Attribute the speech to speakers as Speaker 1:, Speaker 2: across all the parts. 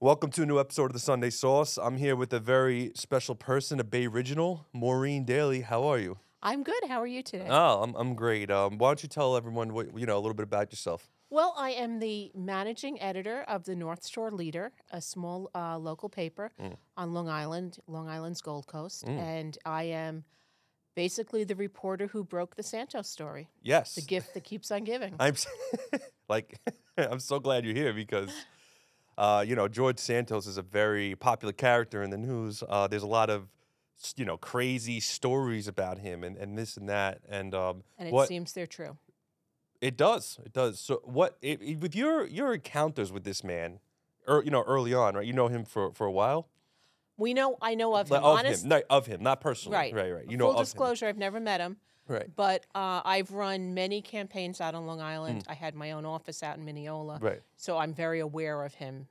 Speaker 1: Welcome to a new episode of the Sunday Sauce. I'm here with a very special person, a Bay original, Maureen Daly. How are you?
Speaker 2: I'm good. How are you today?
Speaker 1: Oh, I'm, I'm great. Um, why don't you tell everyone what you know a little bit about yourself?
Speaker 2: well, I am the managing editor of the North Shore Leader, a small uh, local paper
Speaker 1: Mm.
Speaker 2: on Long Island, Long Island's Gold Coast, and I am basically the reporter who broke the Santos story,
Speaker 1: Yes,
Speaker 2: the gift that keeps on giving.
Speaker 1: I'm s- like I'm so glad you're here because uh, you know George Santos is a very popular character in the news. Uh, there's a lot of s- you know crazy stories about him and, and this and that and um,
Speaker 2: and it
Speaker 1: what
Speaker 2: seems they're true.
Speaker 1: it does it does. So what i i- with your your encounters with this man, or you know early on, right? You know him for for a while.
Speaker 2: We know. I know of
Speaker 1: Like,
Speaker 2: him. Honest,
Speaker 1: him, no, of him, not personally.
Speaker 2: right?
Speaker 1: right, right. You know
Speaker 2: Full
Speaker 1: of
Speaker 2: disclosure: I've never met him.
Speaker 1: him. Right,
Speaker 2: But uh, I've run many campaigns out on Long Island. I had my own office out in Mineola,
Speaker 1: Mm. right.
Speaker 2: so I'm very aware of him.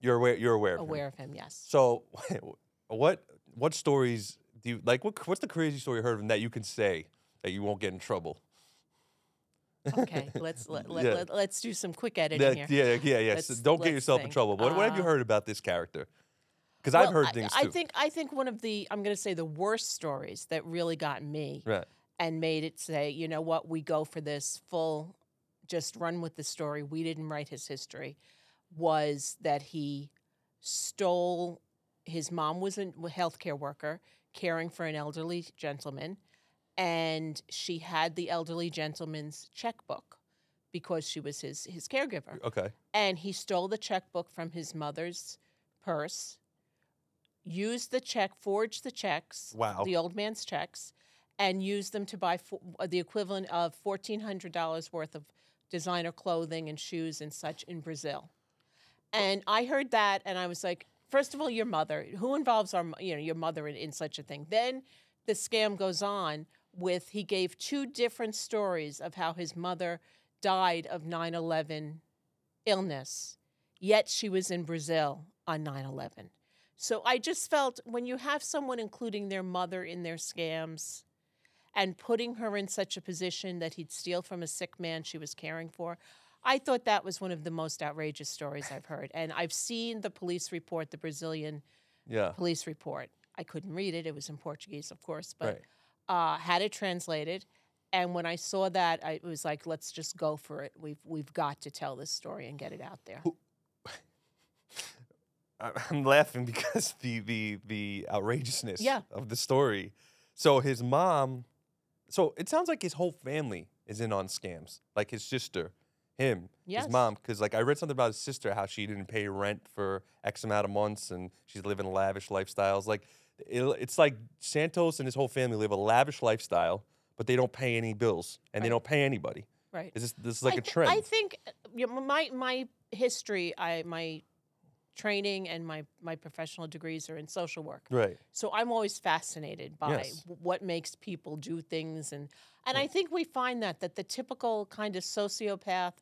Speaker 1: You're aware. You're aware. Of him.
Speaker 2: Aware of him, yes.
Speaker 1: So, what what stories do you like? What what's the crazy story you heard of him that you can say that you won't get in trouble?
Speaker 2: Okay, let's let, let,
Speaker 1: Yeah.
Speaker 2: let, us do some quick editing
Speaker 1: That-
Speaker 2: here.
Speaker 1: yeah, yeah, yeah. So
Speaker 2: Let's-
Speaker 1: don't get
Speaker 2: let's
Speaker 1: yourself in
Speaker 2: think.
Speaker 1: trouble. What, what have you
Speaker 2: Uh,
Speaker 1: heard about this character? Because I've
Speaker 2: Well,
Speaker 1: heard things
Speaker 2: I,
Speaker 1: too.
Speaker 2: I think I think one of the I'm going to say the worst stories that really got me
Speaker 1: right.
Speaker 2: and made it say, you know what, we go for this full, just run with the story. We didn't write his history. Was that he stole? His mom was a healthcare worker caring for an elderly gentleman, and she had the elderly gentleman's checkbook because she was his his caregiver
Speaker 1: Okay.
Speaker 2: and he stole the checkbook from his mother's purse, used the check, forged the checks,
Speaker 1: Wow.
Speaker 2: the old man's checks, and used them to buy fo- uh, the equivalent of $1,400 worth of designer clothing and shoes and such in Brazil. And I heard that, and I was like, first of all, your mother. Who involves our, mo- you know, your mother in, in such a thing? Then the scam goes on with he gave two different stories of how his mother died of 9/11 illness, yet she was in Brazil on 9/11. So I just felt when you have someone including their mother in their scams and putting her in such a position that he'd steal from a sick man she was caring for, I thought that was one of the most outrageous stories I've heard. And I've seen the police report, the Brazilian
Speaker 1: Yeah.
Speaker 2: police report. I couldn't read it. It was in Portuguese, of course, but
Speaker 1: Right.
Speaker 2: uh, had it translated. And when I saw that, I it was like, let's just go for it. We've we've got to tell this story and get it out there.
Speaker 1: I- I'm laughing because the the the outrageousness
Speaker 2: Yeah.
Speaker 1: of the story. So his mom. So it sounds like his whole family is in on scams. Like his sister, him,
Speaker 2: Yes.
Speaker 1: his mom. Because like I read something about his sister, how she didn't pay rent for X amount of months, and she's living lavish lifestyles. Like it, it's like Santos and his whole family live a lavish lifestyle, but they don't pay any bills and they
Speaker 2: Right.
Speaker 1: don't pay anybody.
Speaker 2: Right.
Speaker 1: Is this this is like
Speaker 2: I
Speaker 1: a
Speaker 2: thi-
Speaker 1: trend?
Speaker 2: I think uh, you know, my my history, I my training and my my professional degrees are in social work.
Speaker 1: right.
Speaker 2: So I'm always fascinated by
Speaker 1: Yes.
Speaker 2: w- what makes people do things and and I think we find that that the typical kind of sociopath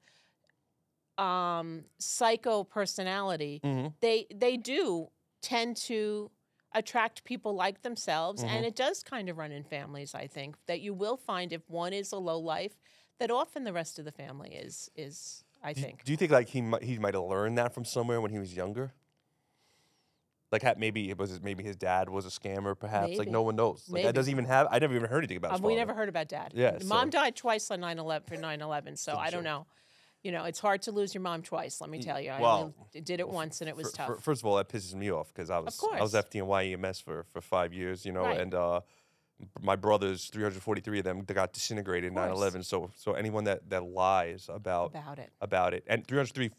Speaker 2: um psycho personality
Speaker 1: hmm
Speaker 2: they they do tend to attract people like themselves
Speaker 1: Mm-hmm.
Speaker 2: and it does kind of run in families i think that you will find if one is a low life that often the rest of the family is is i
Speaker 1: Do you-
Speaker 2: think
Speaker 1: Do you think like he might, he might have learned that from somewhere when he was younger? Like ha- maybe it was his- maybe his dad was a scammer, perhaps. Like no
Speaker 2: Maybe.
Speaker 1: one knows. Like that
Speaker 2: Maybe.
Speaker 1: doesn't even have. I never even heard anything about. his
Speaker 2: Um, we
Speaker 1: father.
Speaker 2: never heard about dad
Speaker 1: Yeah,
Speaker 2: mom
Speaker 1: so-
Speaker 2: died twice on 9-11 for 9-11 so i
Speaker 1: sure.
Speaker 2: don't know you know it's hard to lose your mom twice let me tell you i only
Speaker 1: well,
Speaker 2: did it once and it was
Speaker 1: Fir-
Speaker 2: tough
Speaker 1: fir- first of all, that pisses me off because I was I was
Speaker 2: course.
Speaker 1: FDNY EMS E for for five years, you know,
Speaker 2: Right.
Speaker 1: and uh, b- my brothers, 343 of them, they got disintegrated in
Speaker 2: course.
Speaker 1: 9/11. So so anyone that that lies about
Speaker 2: about it
Speaker 1: about it and 303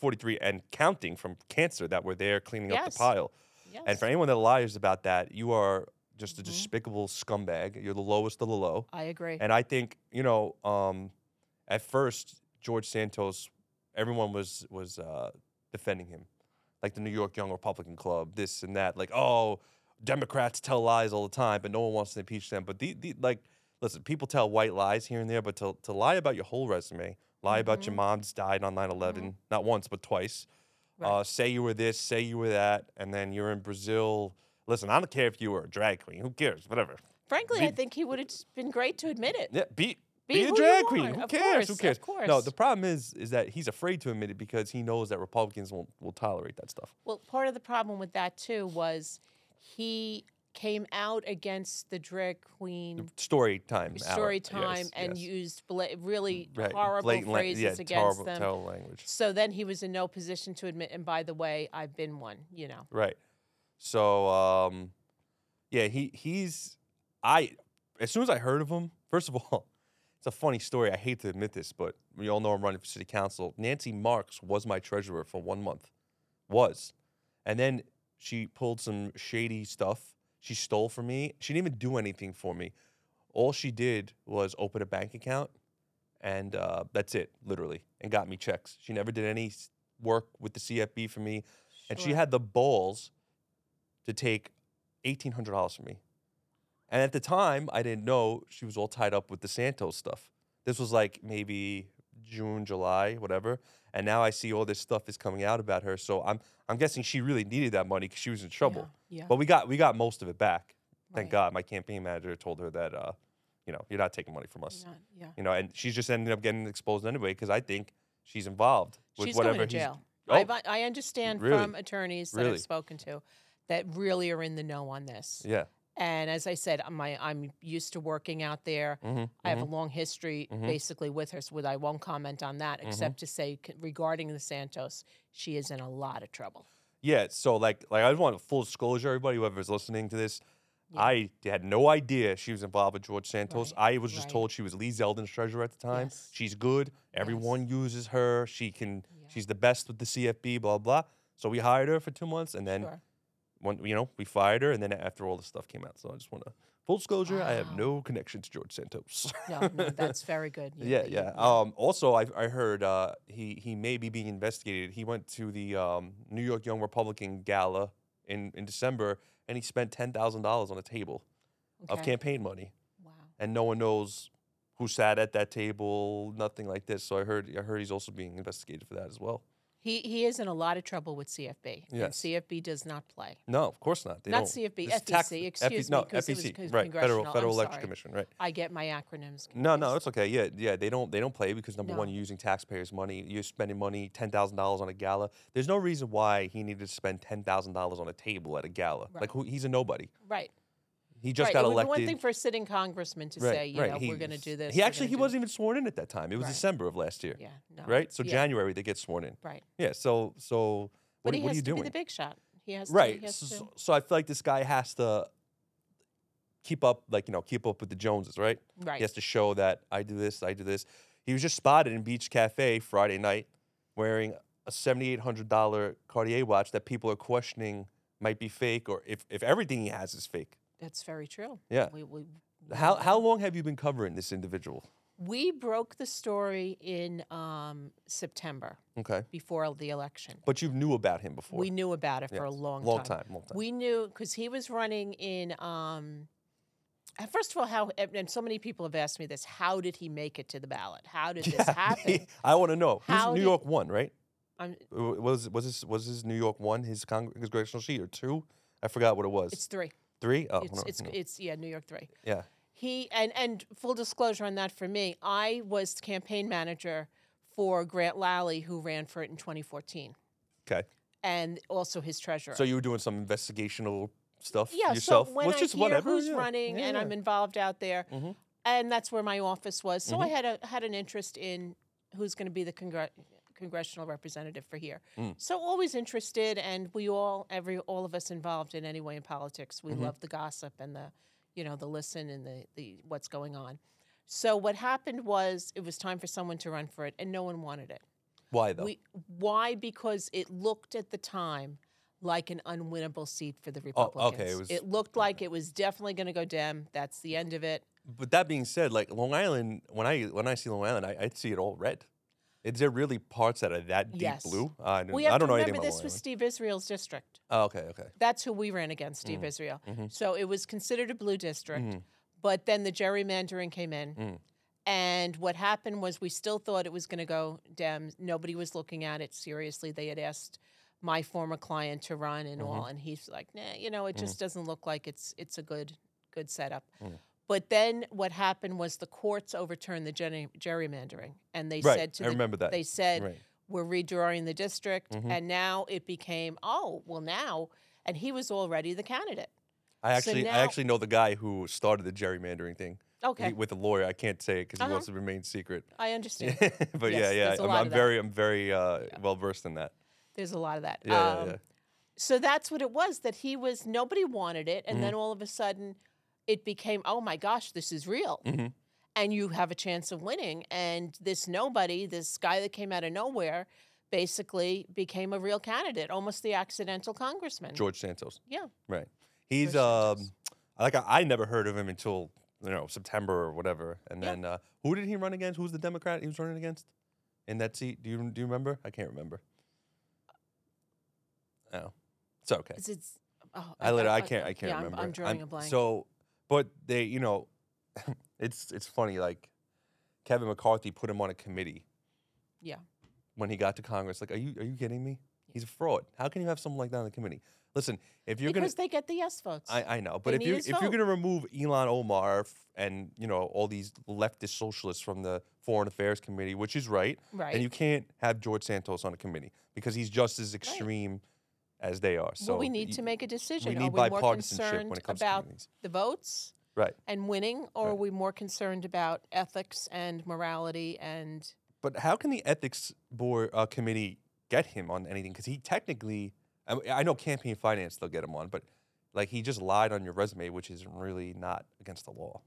Speaker 1: 43 and counting from cancer that were there cleaning up
Speaker 2: Yes.
Speaker 1: the pile.
Speaker 2: yes.
Speaker 1: And for anyone that lies about that, you are just a despicable scumbag. You're the lowest of the low.
Speaker 2: i agree
Speaker 1: And I think you know, um, at first George Santos, everyone was was uh, defending him, like the New York Young Republican Club, this and that. Like, oh, Democrats tell lies all the time, but no one wants to impeach them. But the, the like, listen, people tell white lies here and there, but to to lie about your whole resume, lie about your mom's died on 9/11, not once but twice.
Speaker 2: Right.
Speaker 1: Uh, say you were this, say you were that, and then you're in Brazil. Listen, I don't care if you were a drag queen. Who cares? Whatever.
Speaker 2: frankly i
Speaker 1: we-
Speaker 2: think he would have been great to admit it
Speaker 1: Yeah, be Be, a
Speaker 2: who you
Speaker 1: drag queen.
Speaker 2: are.
Speaker 1: Who
Speaker 2: Of
Speaker 1: cares?
Speaker 2: course,
Speaker 1: Who
Speaker 2: of
Speaker 1: cares?
Speaker 2: course.
Speaker 1: No, the problem is is that he's afraid to admit it because he knows that Republicans won't will tolerate that stuff.
Speaker 2: Well, part of the problem with that too was he came out against the drag queen
Speaker 1: Story time. hour.
Speaker 2: story
Speaker 1: Yes,
Speaker 2: time and
Speaker 1: yes. Mm,
Speaker 2: used bla- really
Speaker 1: Right,
Speaker 2: horrible
Speaker 1: blatant lan-
Speaker 2: phrases
Speaker 1: yeah,
Speaker 2: against
Speaker 1: terrible,
Speaker 2: them.
Speaker 1: terrible language.
Speaker 2: So then he was in no position to admit. And by the way, I've been one. You know.
Speaker 1: Right. So um yeah, he he's I as soon as I heard of him, first of all, it's a funny story. I hate to admit this, but we all know I'm running for city council. Nancy Marks was my treasurer for one month. Was. And then she pulled some shady stuff. She stole from me. She didn't even do anything for me. All she did was open a bank account and uh, that's it, literally, and got me checks. She never did any s- work with the CFB for me. And she
Speaker 2: Sure.
Speaker 1: had the balls to take eighteen hundred dollars from me. And at the time, I didn't know she was all tied up with the Santos stuff. This was like maybe June, July, whatever. And now I see all this stuff is coming out about her. So I'm I'm guessing she really needed that money because she was in trouble.
Speaker 2: Yeah. yeah,
Speaker 1: But we got we got most of it back. Thank
Speaker 2: right.
Speaker 1: God. My campaign manager told her that uh, you know, you're not taking money from us.
Speaker 2: Not- yeah.
Speaker 1: You know, and she's just ended up getting exposed anyway because I think she's involved with
Speaker 2: She's
Speaker 1: whatever
Speaker 2: going to
Speaker 1: he's-
Speaker 2: jail.
Speaker 1: Oh.
Speaker 2: I've, I understand
Speaker 1: Really?
Speaker 2: from attorneys that
Speaker 1: Really?
Speaker 2: I've spoken to that really are in the know on this.
Speaker 1: Yeah.
Speaker 2: And as I said, I'm, I, I'm used to working out there.
Speaker 1: Mm-hmm,
Speaker 2: I have a long history
Speaker 1: Mhm.
Speaker 2: basically with her, so I won't comment on that
Speaker 1: Mm-hmm.
Speaker 2: except to say c- regarding the Santos, she is in a lot of trouble.
Speaker 1: Yeah, so like like I just want full disclosure, everybody, whoever's listening to this,
Speaker 2: Yeah.
Speaker 1: I had no idea she was involved with George Santos. I was just
Speaker 2: right.
Speaker 1: told she was Lee Zeldin's treasurer at the time.
Speaker 2: Yes.
Speaker 1: She's good. Everyone uses her. She can
Speaker 2: Yeah.
Speaker 1: she's the best with the CFB, blah blah. So we hired her for two months and then
Speaker 2: Sure.
Speaker 1: one you know, we fired her and then after all this stuff came out. So I just wanna full disclosure, I have
Speaker 2: Wow.
Speaker 1: no connection to George Santos.
Speaker 2: No, no, that's very good. You-
Speaker 1: Yeah,
Speaker 2: you-
Speaker 1: yeah. Um, also, I, I heard uh, he he may be being investigated. He went to the um, New York Young Republican Gala in, in December, and he spent ten thousand dollars on a table of
Speaker 2: okay.
Speaker 1: campaign money,
Speaker 2: Wow.
Speaker 1: and no one knows who sat at that table. Nothing like this. So I heard I heard he's also being investigated for that as well.
Speaker 2: He, he is in a lot of trouble with CFB. And
Speaker 1: Yes.
Speaker 2: CFB does not play.
Speaker 1: No, of course not. They
Speaker 2: Not
Speaker 1: don't.
Speaker 2: CFB,
Speaker 1: This is tax-
Speaker 2: FEC,
Speaker 1: FE
Speaker 2: E excuse me,
Speaker 1: no,
Speaker 2: 'cause it was
Speaker 1: FEC,
Speaker 2: con-
Speaker 1: right? Federal
Speaker 2: congressional, I'm
Speaker 1: Federal Election
Speaker 2: sorry.
Speaker 1: Commission, right?
Speaker 2: I get my acronyms.
Speaker 1: No,
Speaker 2: confused.
Speaker 1: no, it's okay. Yeah, yeah, they don't they don't play because number
Speaker 2: No.
Speaker 1: one, you're using taxpayers' money. You're spending money ten thousand dollars on a gala. There's no reason why he needed to spend ten thousand dollars on a table at a gala.
Speaker 2: Right.
Speaker 1: Like who, he's a nobody.
Speaker 2: Right.
Speaker 1: He just
Speaker 2: right.
Speaker 1: got
Speaker 2: it would
Speaker 1: elected.
Speaker 2: be one thing for a sitting congressman to
Speaker 1: right,
Speaker 2: say, you
Speaker 1: right.
Speaker 2: know,
Speaker 1: he,
Speaker 2: we're going to do this.
Speaker 1: He
Speaker 2: we're
Speaker 1: actually
Speaker 2: gonna
Speaker 1: he
Speaker 2: do
Speaker 1: wasn't even sworn in at that time. It was
Speaker 2: Right.
Speaker 1: December of last year,
Speaker 2: Yeah. No.
Speaker 1: right? So
Speaker 2: yeah,
Speaker 1: January they get sworn in.
Speaker 2: Right.
Speaker 1: Yeah. So so what,
Speaker 2: but
Speaker 1: are-
Speaker 2: he
Speaker 1: what
Speaker 2: has
Speaker 1: are you
Speaker 2: to
Speaker 1: doing?
Speaker 2: be the big shot. He has To,
Speaker 1: right.
Speaker 2: he has
Speaker 1: so,
Speaker 2: to-
Speaker 1: so- so I feel like this guy has to keep up, like you know, keep up with the Joneses, right?
Speaker 2: right.
Speaker 1: He has to show that I do this, I do this. He was just spotted in Beach Cafe Friday night wearing a $7,800 Cartier watch that people are questioning might be fake or if, if everything he has is fake.
Speaker 2: That's very true.
Speaker 1: Yeah.
Speaker 2: We, we, we-
Speaker 1: How, how long have you been covering this individual?
Speaker 2: we broke the story in um, September
Speaker 1: Okay.
Speaker 2: before the election.
Speaker 1: But you knew about him before.
Speaker 2: We knew about it for a long,
Speaker 1: long time, long time.
Speaker 2: We knew because he was running in. Um, uh, first of all, how and and so many people have asked me this: How did he make it to the ballot? How did this happen?
Speaker 1: I want to know. He's
Speaker 2: How
Speaker 1: New
Speaker 2: did-
Speaker 1: York one, right?
Speaker 2: I'm,
Speaker 1: W- Was was his was his New York one his congr- congressional sheet or two? I forgot what it was.
Speaker 2: it's three.
Speaker 1: Three? Oh,
Speaker 2: It's
Speaker 1: no,
Speaker 2: it's
Speaker 1: no.
Speaker 2: it's yeah, New York three.
Speaker 1: yeah.
Speaker 2: He and and full disclosure on that for me, I was campaign manager for Grant Lally, who ran for it in 2014,
Speaker 1: Okay.
Speaker 2: and also his treasurer.
Speaker 1: So you were doing some investigational stuff
Speaker 2: yeah,
Speaker 1: yourself.
Speaker 2: so when
Speaker 1: Well,
Speaker 2: I
Speaker 1: it's just
Speaker 2: hear
Speaker 1: whatever,
Speaker 2: who's
Speaker 1: yeah.
Speaker 2: running and
Speaker 1: Yeah.
Speaker 2: I'm involved out there,
Speaker 1: Mhm.
Speaker 2: and that's where my office was, so
Speaker 1: Mm-hmm.
Speaker 2: I had a had an interest in who's going to be the congr- congressional representative for here.
Speaker 1: Mm.
Speaker 2: So always interested, and we all every all of us involved in any way in politics,
Speaker 1: Mm-hmm.
Speaker 2: we love the gossip and the you know the listen and the the what's going on. So what happened was it was time for someone to run for it, and no one wanted it.
Speaker 1: Why though?
Speaker 2: We, why? Because it looked at the time like an unwinnable seat for the
Speaker 1: Oh, okay,
Speaker 2: Republicans.
Speaker 1: it was-
Speaker 2: looked like it was definitely going to go Dem. That's the end of it.
Speaker 1: but that being said, like Long Island, when I when I see Long Island, I, I see it all red. Is there really parts that are that deep
Speaker 2: Yes.
Speaker 1: blue? I don't,
Speaker 2: We
Speaker 1: I
Speaker 2: have
Speaker 1: don't
Speaker 2: to
Speaker 1: know anything
Speaker 2: remember
Speaker 1: about
Speaker 2: this
Speaker 1: Long
Speaker 2: was
Speaker 1: Island.
Speaker 2: Steve Israel's district.
Speaker 1: Oh, okay, okay.
Speaker 2: That's who we ran against, Steve
Speaker 1: Mm-hmm.
Speaker 2: Israel. So it was considered a blue district,
Speaker 1: Mm.
Speaker 2: but then the gerrymandering came in. And what happened was we still thought it was going to go Dem. Nobody was looking at it seriously. They had asked my former client to
Speaker 1: Mm-hmm. Mm.
Speaker 2: run and all, and he's like, "Nah, you know, it just doesn't look like it's it's a good good setup." But then what happened was the courts overturned the gerry- gerrymandering, and they
Speaker 1: right.
Speaker 2: said to
Speaker 1: I
Speaker 2: the,
Speaker 1: remember that.
Speaker 2: they said
Speaker 1: right.
Speaker 2: we're redrawing the district,
Speaker 1: Mhm.
Speaker 2: and now it became oh well now, and he was already the candidate.
Speaker 1: I
Speaker 2: so
Speaker 1: actually, I
Speaker 2: now-
Speaker 1: actually know the guy who started the gerrymandering thing
Speaker 2: Okay,
Speaker 1: he, with a lawyer. I can't say it because he
Speaker 2: Uh-huh.
Speaker 1: wants to remain secret.
Speaker 2: I understand.
Speaker 1: but yeah,
Speaker 2: Yes,
Speaker 1: yeah,
Speaker 2: there's a
Speaker 1: I'm,
Speaker 2: lot
Speaker 1: I'm
Speaker 2: of that.
Speaker 1: very, I'm very uh, well versed in that.
Speaker 2: There's a lot of that. Um,
Speaker 1: Yeah, yeah, yeah.
Speaker 2: So that's what it was that he was, nobody wanted it. And
Speaker 1: Mm-hmm.
Speaker 2: then all of a sudden it became, oh my gosh, this is real.
Speaker 1: Mhm.
Speaker 2: And you have a chance of winning. And this nobody, this guy that came out of nowhere, basically became a real candidate, almost the accidental congressman.
Speaker 1: George Santos.
Speaker 2: Yeah.
Speaker 1: Right. He's
Speaker 2: George
Speaker 1: um,
Speaker 2: Santos.
Speaker 1: like I, I never heard of him until you know September or whatever. And
Speaker 2: Yeah.
Speaker 1: then uh, who did he run against? Who's the Democrat he was running against in that seat? Do you do you remember? I can't remember. Oh, it's okay.
Speaker 2: Is it- oh,
Speaker 1: I literally I can't I can't
Speaker 2: yeah, I'm-
Speaker 1: remember.
Speaker 2: I'm, drawing a blank.
Speaker 1: So, but they you know, it's it's funny like Kevin McCarthy put him on a committee.
Speaker 2: Yeah.
Speaker 1: When he got to Congress, like, are you are you kidding me? He's a fraud. How can you have someone like that on the committee? Listen, if you're gonna
Speaker 2: because they get the yes votes.
Speaker 1: I, I know, but
Speaker 2: They
Speaker 1: if
Speaker 2: need
Speaker 1: you if
Speaker 2: his
Speaker 1: you're
Speaker 2: vote.
Speaker 1: gonna remove Elon Omar f- and you know all these leftist socialists from the Foreign Affairs Committee, which is right,
Speaker 2: right.
Speaker 1: and you can't have George Santos on a committee because he's just as extreme as they are. So
Speaker 2: well, we need to
Speaker 1: y-
Speaker 2: make a decision.
Speaker 1: we
Speaker 2: are
Speaker 1: need
Speaker 2: we more
Speaker 1: bipartisanship
Speaker 2: concerned
Speaker 1: when it comes to
Speaker 2: about
Speaker 1: committees.
Speaker 2: the votes?
Speaker 1: Right.
Speaker 2: and winning, or
Speaker 1: Right.
Speaker 2: are we more concerned about ethics and morality and
Speaker 1: But how can the ethics board uh, committee get him on anything? Because he technically, I, I know campaign finance they'll get him on, but like he just lied on your resume, which is really not against the law.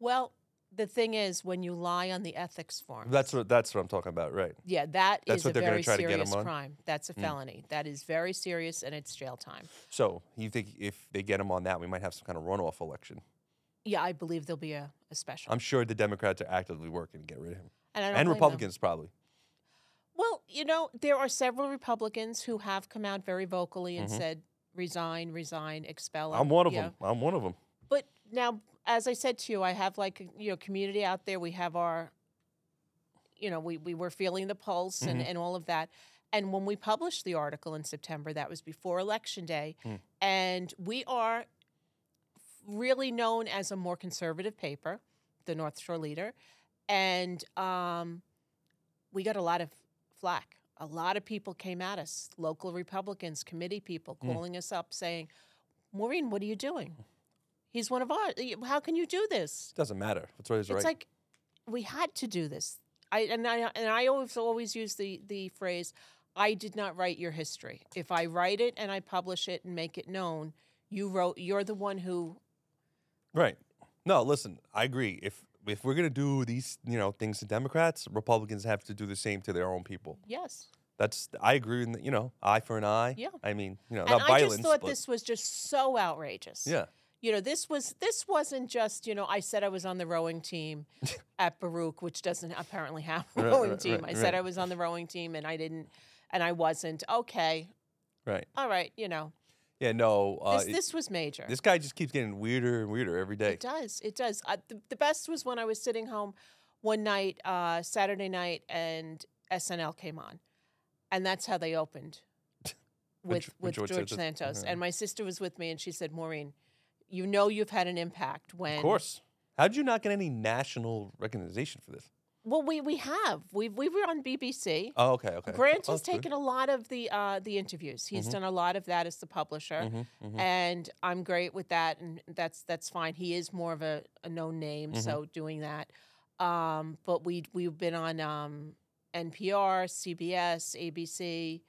Speaker 2: well, the thing is when you lie on the ethics form.
Speaker 1: That's what that's what I'm talking about, right?
Speaker 2: yeah, that
Speaker 1: that's
Speaker 2: is
Speaker 1: what
Speaker 2: a
Speaker 1: they're gonna
Speaker 2: very
Speaker 1: try to get
Speaker 2: serious
Speaker 1: him on? Hmm.
Speaker 2: crime. That's a felony. That is very serious and it's jail time.
Speaker 1: So you think if they get him on that, we might have some kind of runoff election?
Speaker 2: Yeah, I believe there'll be a, a special.
Speaker 1: I'm sure the Democrats are actively working to get rid of him,
Speaker 2: and I don't
Speaker 1: Um, and
Speaker 2: blame them.
Speaker 1: Republicans probably.
Speaker 2: Well, you know, there are several Republicans who have come out very vocally and
Speaker 1: Mhm.
Speaker 2: said resign, resign, expel.
Speaker 1: I'm
Speaker 2: him,"
Speaker 1: one of
Speaker 2: you know.
Speaker 1: them. I'm one of them.
Speaker 2: But now, as I said to you, I have like a, you know community out there. We have our, you know, we we were feeling the pulse and and all of that. And when we published the article in September, that was before election day,
Speaker 1: Mm.
Speaker 2: and we are really known as a more conservative paper, the North Shore Leader, and um, we got a lot of flack. A lot of people came at us, local Republicans, committee people,
Speaker 1: Mm.
Speaker 2: calling us up saying, "Maureen, what are you doing? He's one of ours. Y- How can you do this?
Speaker 1: It doesn't matter. That's right. Is right.
Speaker 2: It's like we had to do this. I and I and I always always use the the phrase, I did not write your history. If I write it and I publish it and make it known, you wrote. You're the one who.
Speaker 1: right. No, listen. I agree. If if we're gonna do these, you know, things to Democrats, Republicans have to do the same to their own people.
Speaker 2: Yes.
Speaker 1: That's I agree. In the, you know, eye for an eye.
Speaker 2: Yeah.
Speaker 1: I mean, you know,
Speaker 2: and
Speaker 1: not
Speaker 2: I
Speaker 1: violence.
Speaker 2: just thought
Speaker 1: but
Speaker 2: this was just so outrageous.
Speaker 1: yeah.
Speaker 2: You know, this was this wasn't just you know I said I was on the rowing team at Baruch, which doesn't apparently have a
Speaker 1: Right,
Speaker 2: rowing
Speaker 1: right,
Speaker 2: team.
Speaker 1: right,
Speaker 2: I said
Speaker 1: right.
Speaker 2: I was on the rowing team and I didn't, and I wasn't. Okay,
Speaker 1: Right.
Speaker 2: all right. You know,
Speaker 1: Yeah. No. Uh,
Speaker 2: this,
Speaker 1: it-
Speaker 2: this was major.
Speaker 1: this guy just keeps getting weirder and weirder every day.
Speaker 2: It does. It does. I, the, the best was when I was sitting home one night, uh, Saturday night, and SNL came on, and that's how they opened
Speaker 1: When
Speaker 2: with
Speaker 1: Ge- when
Speaker 2: with
Speaker 1: George
Speaker 2: George,
Speaker 1: Santos-
Speaker 2: Santos.
Speaker 1: yeah.
Speaker 2: And my sister was with me, and she said, "Maureen, you know you've had an impact when."
Speaker 1: Of course. How did you not get any national recognition for this?
Speaker 2: Well, we we have. We we were on BBC.
Speaker 1: Oh, okay, okay.
Speaker 2: Grant
Speaker 1: Oh, that's
Speaker 2: has
Speaker 1: good. Mm-hmm.
Speaker 2: taken a lot of the uh, the interviews. He's done a lot of that as the publisher,
Speaker 1: Mhm, mhm.
Speaker 2: and I'm great with that, and that's that's fine. He is more of a, a known name,
Speaker 1: Mhm.
Speaker 2: so doing that. Um, but we we've been on um, NPR, CBS, ABC,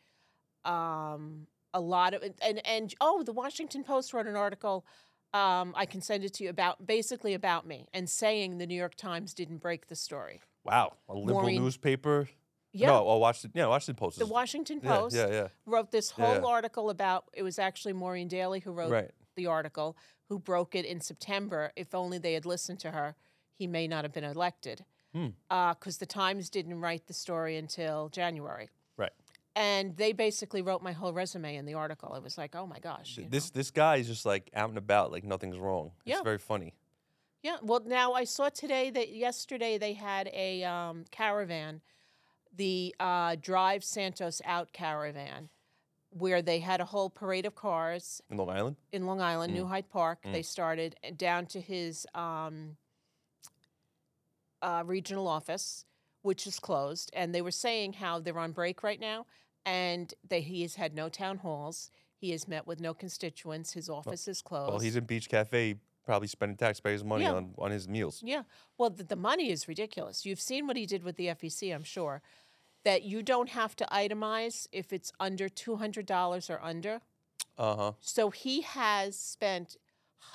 Speaker 2: um, a lot of and and oh, the Washington Post wrote an article. Um, I can send it to you about basically about me and saying the New York Times didn't break the story.
Speaker 1: Wow, a liberal
Speaker 2: Maureen-
Speaker 1: newspaper.
Speaker 2: Yeah,
Speaker 1: No, well, Washington. Yeah, Washington Post.
Speaker 2: the
Speaker 1: is-
Speaker 2: Washington
Speaker 1: yeah,
Speaker 2: Post
Speaker 1: Yeah, yeah,
Speaker 2: wrote this whole
Speaker 1: Yeah.
Speaker 2: article about it was actually Maureen Daly who wrote
Speaker 1: Right.
Speaker 2: the article who broke it in September. If only they had listened to her, he may not have been elected
Speaker 1: Hmm.
Speaker 2: because the Times didn't write the story until January.
Speaker 1: Right.
Speaker 2: And they basically wrote my whole resume in the article. It was like, oh my gosh.
Speaker 1: Th-
Speaker 2: you
Speaker 1: This this guy is just like out and about, like nothing's wrong. It's
Speaker 2: Yeah.
Speaker 1: very funny.
Speaker 2: Yeah. Well, now I saw today that yesterday they had a um, caravan, the uh, Drive Santos Out caravan, where they had a whole parade of cars
Speaker 1: in Long Island.
Speaker 2: in Long Island, New Hyde Park. They
Speaker 1: Mm.
Speaker 2: started and down to his um, uh, regional office, which is closed. And they were saying how they're on break right now, and that he has had no town halls. He has met with no constituents. His office is closed.
Speaker 1: Well, he's in Beach Cafe, probably spending taxpayers' money
Speaker 2: Yeah.
Speaker 1: on on his meals.
Speaker 2: Yeah. Well, the, the money is ridiculous. You've seen what he did with the FEC, I'm sure, that you don't have to itemize if it's under $200 or under.
Speaker 1: Uh huh.
Speaker 2: So he has spent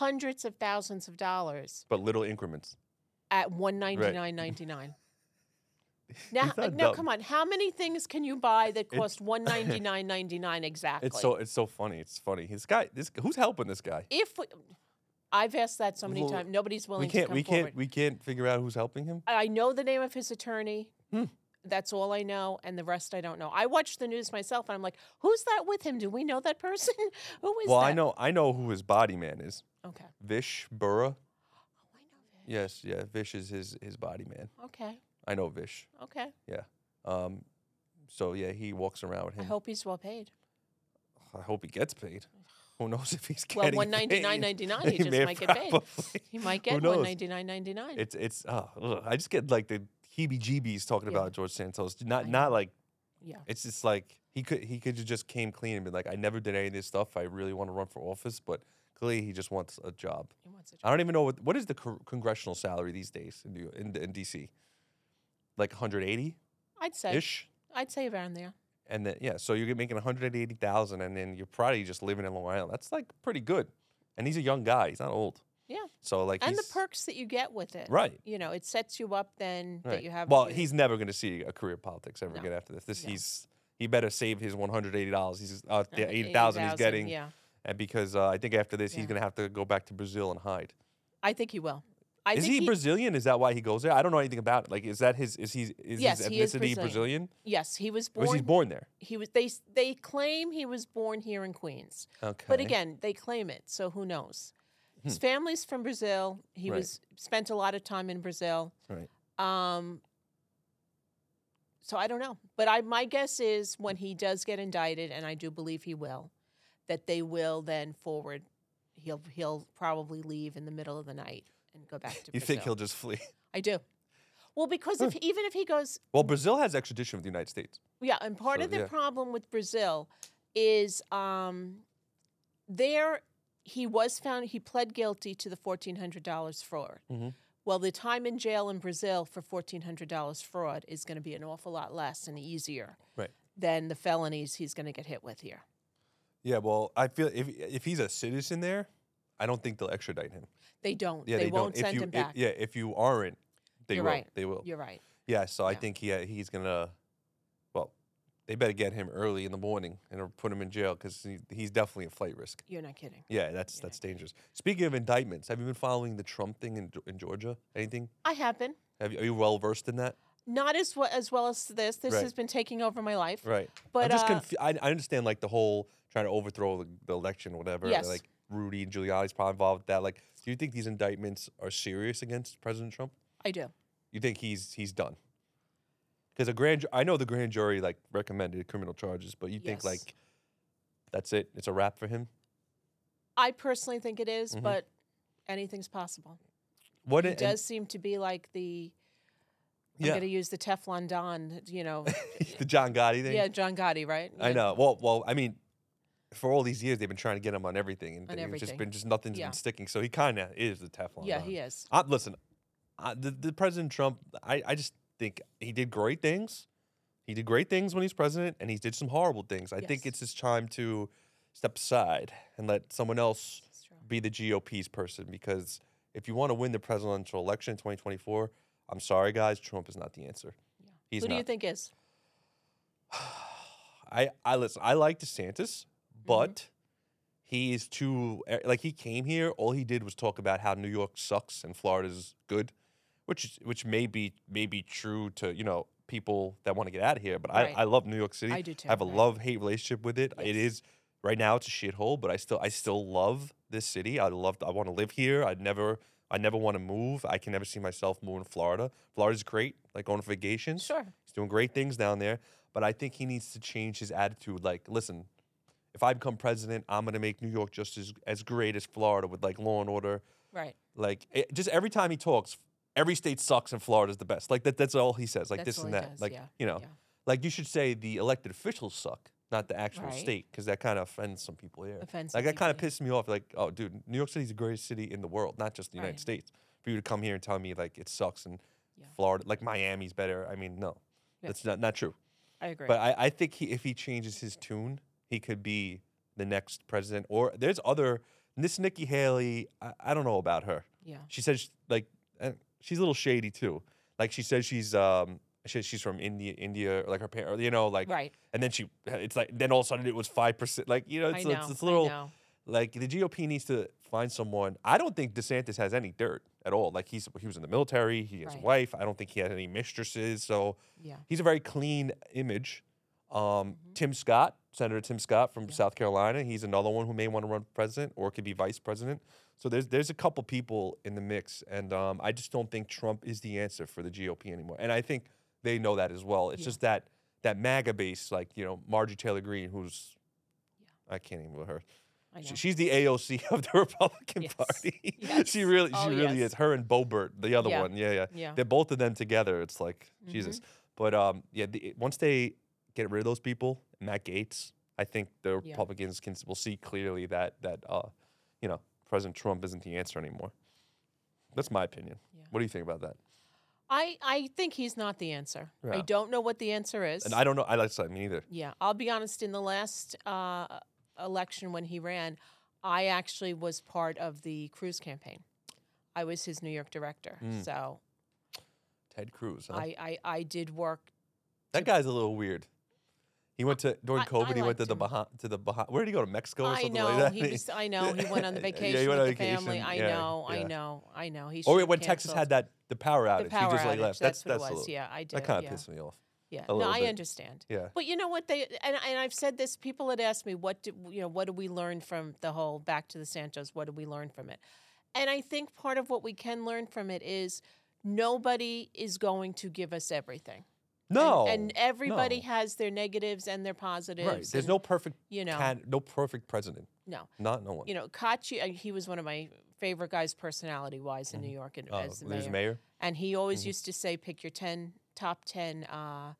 Speaker 2: hundreds of thousands of dollars
Speaker 1: But little increments.
Speaker 2: at $199.99. Now,
Speaker 1: He's not
Speaker 2: now
Speaker 1: dumb.
Speaker 2: come on. How many things can you buy that cost one ninety nine ninety nine exactly?
Speaker 1: It's so it's so funny. It's funny. This guy, this who's helping this guy?
Speaker 2: if we, I've asked that so many
Speaker 1: Well,
Speaker 2: times, nobody's willing
Speaker 1: we can't
Speaker 2: to come
Speaker 1: we
Speaker 2: forward.
Speaker 1: can't we can't figure out who's helping him.
Speaker 2: I know the name of his attorney.
Speaker 1: Hmm.
Speaker 2: That's all I know, and the rest I don't know. I watched the news myself, and I'm like, "Who's that with him? Do we know that person? Who is
Speaker 1: Well,
Speaker 2: that?"
Speaker 1: I know I know who his body man is.
Speaker 2: Okay.
Speaker 1: Vish Burra.
Speaker 2: Oh, I know
Speaker 1: Yes, yeah. Vish is his his body man.
Speaker 2: that. Okay.
Speaker 1: I know Vish.
Speaker 2: Okay.
Speaker 1: Um, so yeah, he walks around with him.
Speaker 2: I hope he's well paid.
Speaker 1: I hope he gets paid. Who knows if he's
Speaker 2: Well,
Speaker 1: getting
Speaker 2: one ninety nine
Speaker 1: paid.
Speaker 2: ninety nine, he just
Speaker 1: may
Speaker 2: might get paid.
Speaker 1: probably-
Speaker 2: He might
Speaker 1: Who
Speaker 2: get
Speaker 1: knows?
Speaker 2: one ninety nine ninety nine.
Speaker 1: It's it's oh, ugh, I just get like the heebie-jeebies talking
Speaker 2: Yeah.
Speaker 1: about George Santos. Not
Speaker 2: I
Speaker 1: not like
Speaker 2: Yeah.
Speaker 1: it's just like he could he could have just came clean and been like I never did any of this stuff. I really want to run for office, but clearly he just wants a job.
Speaker 2: He wants a job.
Speaker 1: I don't even know what what is the cor- congressional salary these days in New, in, in DC. Like 180
Speaker 2: I'd say.
Speaker 1: ish,
Speaker 2: I'd say around there.
Speaker 1: and then yeah, so you're making 180,000, and then you're probably just living in Long Island. That's like pretty good. And he's a young guy; he's not old.
Speaker 2: Yeah.
Speaker 1: So like,
Speaker 2: And the
Speaker 1: he's-
Speaker 2: perks that you get with it.
Speaker 1: right?
Speaker 2: You know, it sets you up then that you have.
Speaker 1: Well,
Speaker 2: you-
Speaker 1: he's never going to see a career in politics ever
Speaker 2: No.
Speaker 1: again after this. This
Speaker 2: No.
Speaker 1: he's he better save his one hundred eighty dollars. He's uh,
Speaker 2: uh,
Speaker 1: the eighty thousand he's
Speaker 2: 80,000,
Speaker 1: getting,
Speaker 2: Yeah.
Speaker 1: and because uh, I think after this
Speaker 2: Yeah.
Speaker 1: he's going to have to go back to Brazil and hide.
Speaker 2: I think he will. I
Speaker 1: is
Speaker 2: think
Speaker 1: he, Brazilian? Is that why he goes there? I don't know anything about it. Like, is that his? Is he? Is
Speaker 2: Yes,
Speaker 1: his
Speaker 2: he is
Speaker 1: ethnicity Brazilian?
Speaker 2: Brazilian. Yes, he was
Speaker 1: Or is
Speaker 2: born.
Speaker 1: he born there?
Speaker 2: he was. They s- they claim he was born here in Queens,
Speaker 1: Okay. Hmm.
Speaker 2: but again, they claim it, so who knows? His family's from Brazil. He
Speaker 1: Right.
Speaker 2: was spent a lot of time in Brazil.
Speaker 1: Right.
Speaker 2: Um. So I don't know, but I my guess is when he does get indicted, and I do believe he will, that they will then forward. He'll he'll probably leave in the middle of the night and go back to.
Speaker 1: you
Speaker 2: Brazil.
Speaker 1: think he'll just flee?
Speaker 2: I do. Well, because if even if he goes,
Speaker 1: Well, Brazil has extradition with the United States.
Speaker 2: Yeah, and part
Speaker 1: So,
Speaker 2: of the
Speaker 1: yeah.
Speaker 2: problem with Brazil is um, there he was found he pled guilty to the fourteen hundred dollars fraud.
Speaker 1: Mhm.
Speaker 2: Well, the time in jail in Brazil for fourteen hundred dollars fraud is going to be an awful lot less and easier
Speaker 1: Right.
Speaker 2: than the felonies he's going to get hit with here.
Speaker 1: Yeah. Well, I feel if if he's a citizen there, I don't think they'll extradite him.
Speaker 2: They don't.
Speaker 1: Yeah,
Speaker 2: they,
Speaker 1: they,
Speaker 2: won't
Speaker 1: don't. If
Speaker 2: send
Speaker 1: you,
Speaker 2: him
Speaker 1: if-
Speaker 2: back.
Speaker 1: yeah, if you aren't, they
Speaker 2: You're
Speaker 1: will.
Speaker 2: right.
Speaker 1: They will.
Speaker 2: You're right.
Speaker 1: Yeah, so I
Speaker 2: Yeah.
Speaker 1: think he uh, he's gonna. Well, they better get him early in the morning and or put him in jail because he, he's definitely a flight risk.
Speaker 2: You're not kidding.
Speaker 1: Yeah, that's
Speaker 2: Yeah.
Speaker 1: that's dangerous. Speaking of indictments, have you been following the Trump thing in, Ge- in Georgia? Anything?
Speaker 2: I have been
Speaker 1: Have you, are you well versed in that?
Speaker 2: not as well as well as this. This
Speaker 1: Right.
Speaker 2: has been taking over my life.
Speaker 1: Right.
Speaker 2: But
Speaker 1: I'm just
Speaker 2: uh,
Speaker 1: confused. I, I understand like the whole trying to overthrow the, the election, or whatever.
Speaker 2: Yes.
Speaker 1: Like Rudy and Giuliani's probably involved with that. Like, do you think these indictments are serious against President Trump?
Speaker 2: I do.
Speaker 1: You think he's he's done? Because a grand, ju- I know the grand jury like recommended criminal charges, but you think
Speaker 2: Yes.
Speaker 1: like that's it? It's a wrap for him.
Speaker 2: I personally think it is,
Speaker 1: Mhm.
Speaker 2: but anything's possible.
Speaker 1: What
Speaker 2: He
Speaker 1: it- and-
Speaker 2: does seem to be like the I'm
Speaker 1: Yeah,
Speaker 2: going to use the Teflon Don, you know.
Speaker 1: the John Gotti thing.
Speaker 2: yeah, John Gotti, right?
Speaker 1: I
Speaker 2: Yeah.
Speaker 1: know. Well, well, I mean, for all these years they've been trying to get him on everything, and
Speaker 2: On
Speaker 1: it's just
Speaker 2: everything.
Speaker 1: been just nothing's
Speaker 2: Yeah.
Speaker 1: been sticking. So he kind of is the Teflon.
Speaker 2: Yeah,
Speaker 1: Don.
Speaker 2: he is.
Speaker 1: I, listen, I, the, the President Trump, I, I just think he did great things. He did great things when he's president, and he did some horrible things. I think
Speaker 2: Yes.
Speaker 1: it's his time to step aside and let someone else
Speaker 2: That's true.
Speaker 1: be the GOP's person because if you want to win the presidential election in 2024, I'm sorry, guys, Trump is not the answer.
Speaker 2: Yeah.
Speaker 1: He's
Speaker 2: Who do you
Speaker 1: not.
Speaker 2: think is?
Speaker 1: I, I listen. I like DeSantis,
Speaker 2: Mm-hmm.
Speaker 1: but he's too eh, like he came here. All he did was talk about how New York sucks and Florida's good, which is- which may be may be true to you know people that want to get out of here. But
Speaker 2: Right.
Speaker 1: I, I love New York City.
Speaker 2: I do too,
Speaker 1: I have a
Speaker 2: right.
Speaker 1: love hate relationship with it. It
Speaker 2: Yes.
Speaker 1: is right now it's a shithole, but I still I still love this city. I love I want to live here. I never I never want to move. I can never see myself moving to Florida. Florida's great. Like going on vacations.
Speaker 2: Sure.
Speaker 1: He's doing great things down there, but I think he needs to change his attitude. Like, listen, if I become president, I'm gonna make New York just as as great as Florida with like law and order.
Speaker 2: Right.
Speaker 1: Like it, just every time he talks, every state sucks and Florida's the best. Like that that's all he says. Like
Speaker 2: That's
Speaker 1: this
Speaker 2: all
Speaker 1: and
Speaker 2: he
Speaker 1: that.
Speaker 2: does,
Speaker 1: Like
Speaker 2: yeah,
Speaker 1: you know.
Speaker 2: yeah.
Speaker 1: Like you should say the elected officials suck, not the actual
Speaker 2: Right.
Speaker 1: state, because that kind of offends some people here.
Speaker 2: Offends some
Speaker 1: like that kind of
Speaker 2: people,
Speaker 1: pissed me off. Like, oh dude, New York City's the greatest city in the world, not just the United
Speaker 2: Right.
Speaker 1: States. For you to come here and tell me like it sucks and
Speaker 2: Yeah.
Speaker 1: Florida, like Miami's better. I mean, no.
Speaker 2: Yeah.
Speaker 1: That's not, not true.
Speaker 2: I agree.
Speaker 1: But I, I think he, if he changes his tune, he could be the next president. Or there's other this Nikki Haley. I, I don't know about her.
Speaker 2: yeah.
Speaker 1: She says sh- like uh, she's a little shady too. Like she says she's um she, she's from India India or like her parents you know like
Speaker 2: Right.
Speaker 1: and then she it's like then all of a sudden it was five percent like you know
Speaker 2: I
Speaker 1: it's,
Speaker 2: know.
Speaker 1: it's, it's a
Speaker 2: I
Speaker 1: little
Speaker 2: know.
Speaker 1: like the GOP needs to find someone. I don't think DeSantis has any dirt at all. Like he's he was in the military. He has a
Speaker 2: Right.
Speaker 1: wife. I don't think he had any mistresses. So
Speaker 2: Yeah.
Speaker 1: he's a very clean image. Um,
Speaker 2: Mm-hmm.
Speaker 1: Tim Scott, Senator Tim Scott from South Carolina, he's another one who may want to run for president or could be vice president. So there's there's a couple people in the mix, and um, I just don't think Trump is the answer for the GOP anymore. And I think they know that as well. It's
Speaker 2: Yeah.
Speaker 1: just that that MAGA base, like you know Marjorie Taylor Greene, who's I can't even with her.
Speaker 2: I know.
Speaker 1: She- She's the AOC of the Republican
Speaker 2: Yes.
Speaker 1: Party.
Speaker 2: Yes.
Speaker 1: she really, she
Speaker 2: Oh,
Speaker 1: really
Speaker 2: yes.
Speaker 1: is. Her and Bobert, the other
Speaker 2: Yeah.
Speaker 1: one. Yeah, yeah,
Speaker 2: Yeah. Mm-hmm.
Speaker 1: They're both of them together. It's like Jesus. But um, yeah. The, once they get rid of those people, Matt Gates, I think the
Speaker 2: Yeah.
Speaker 1: Republicans can will see clearly that that uh, you know, President Trump isn't the answer anymore. That's my opinion.
Speaker 2: Yeah.
Speaker 1: What do you think about that?
Speaker 2: I, I think he's not the answer. I
Speaker 1: Yeah.
Speaker 2: don't know what the answer is.
Speaker 1: And I don't know. I like that me either.
Speaker 2: Yeah, I'll be honest. In the last uh, election when he ran, I actually was part of the Cruz campaign. I was his New York director,
Speaker 1: Mm.
Speaker 2: so
Speaker 1: Ted Cruz. Huh?
Speaker 2: I, I I did work.
Speaker 1: that guy's a little weird. He went to during
Speaker 2: I-
Speaker 1: COVID.
Speaker 2: I
Speaker 1: he went to
Speaker 2: liked
Speaker 1: the
Speaker 2: him.
Speaker 1: Baha- to the Baha- Where did he go to Mexico or
Speaker 2: I
Speaker 1: something
Speaker 2: know
Speaker 1: like that?
Speaker 2: he was. I know he went on the
Speaker 1: Yeah, he
Speaker 2: vacation
Speaker 1: went
Speaker 2: with
Speaker 1: on
Speaker 2: the family.
Speaker 1: vacation,
Speaker 2: I
Speaker 1: yeah,
Speaker 2: know. I
Speaker 1: yeah.
Speaker 2: know. I know. He.
Speaker 1: Or
Speaker 2: should
Speaker 1: when
Speaker 2: have
Speaker 1: Texas
Speaker 2: canceled
Speaker 1: had that the power outage,
Speaker 2: the power
Speaker 1: he just like
Speaker 2: outage,
Speaker 1: left.
Speaker 2: That's, what
Speaker 1: a
Speaker 2: it was.
Speaker 1: little-
Speaker 2: yeah, I did.
Speaker 1: that kind of
Speaker 2: yeah.
Speaker 1: pissed me off.
Speaker 2: Yeah,
Speaker 1: a
Speaker 2: no,
Speaker 1: little
Speaker 2: I
Speaker 1: bit.
Speaker 2: understand.
Speaker 1: Yeah.
Speaker 2: But you know what they and, and I've said this. People had asked me, "What do you know? What do we learn from the whole back to the Santos? What do we learn from it?" And I think part of what we can learn from it is nobody is going to give us everything. And-
Speaker 1: No,
Speaker 2: and, everybody
Speaker 1: no.
Speaker 2: has their negatives and their positives.
Speaker 1: right. There's
Speaker 2: and,
Speaker 1: no perfect,
Speaker 2: you know.
Speaker 1: can- no perfect president.
Speaker 2: no.
Speaker 1: Not no one.
Speaker 2: You know, Kachi, uh, he was one of my favorite guys, personality wise, in New York and,
Speaker 1: Oh,
Speaker 2: as the
Speaker 1: there's mayor.
Speaker 2: mayor. And he always used to say, pick your 10, top 10 uh,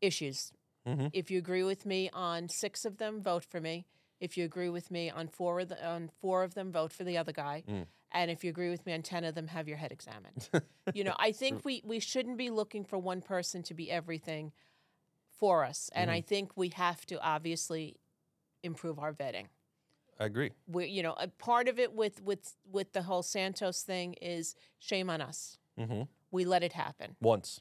Speaker 2: issues.
Speaker 1: Mhm.
Speaker 2: If you agree with me on six of them, vote for me. If you agree with me on four of, the, on four of them, vote for the other guy. And if you agree with me on 10 of them, have your head examined. you know, I think we, we shouldn't be looking for one person to be everything for us. And I think we have to obviously improve our vetting
Speaker 1: I agree.
Speaker 2: we you know a part of it with with with the whole Santos thing is shame on us.
Speaker 1: Mhm.
Speaker 2: We let it happen,
Speaker 1: Once.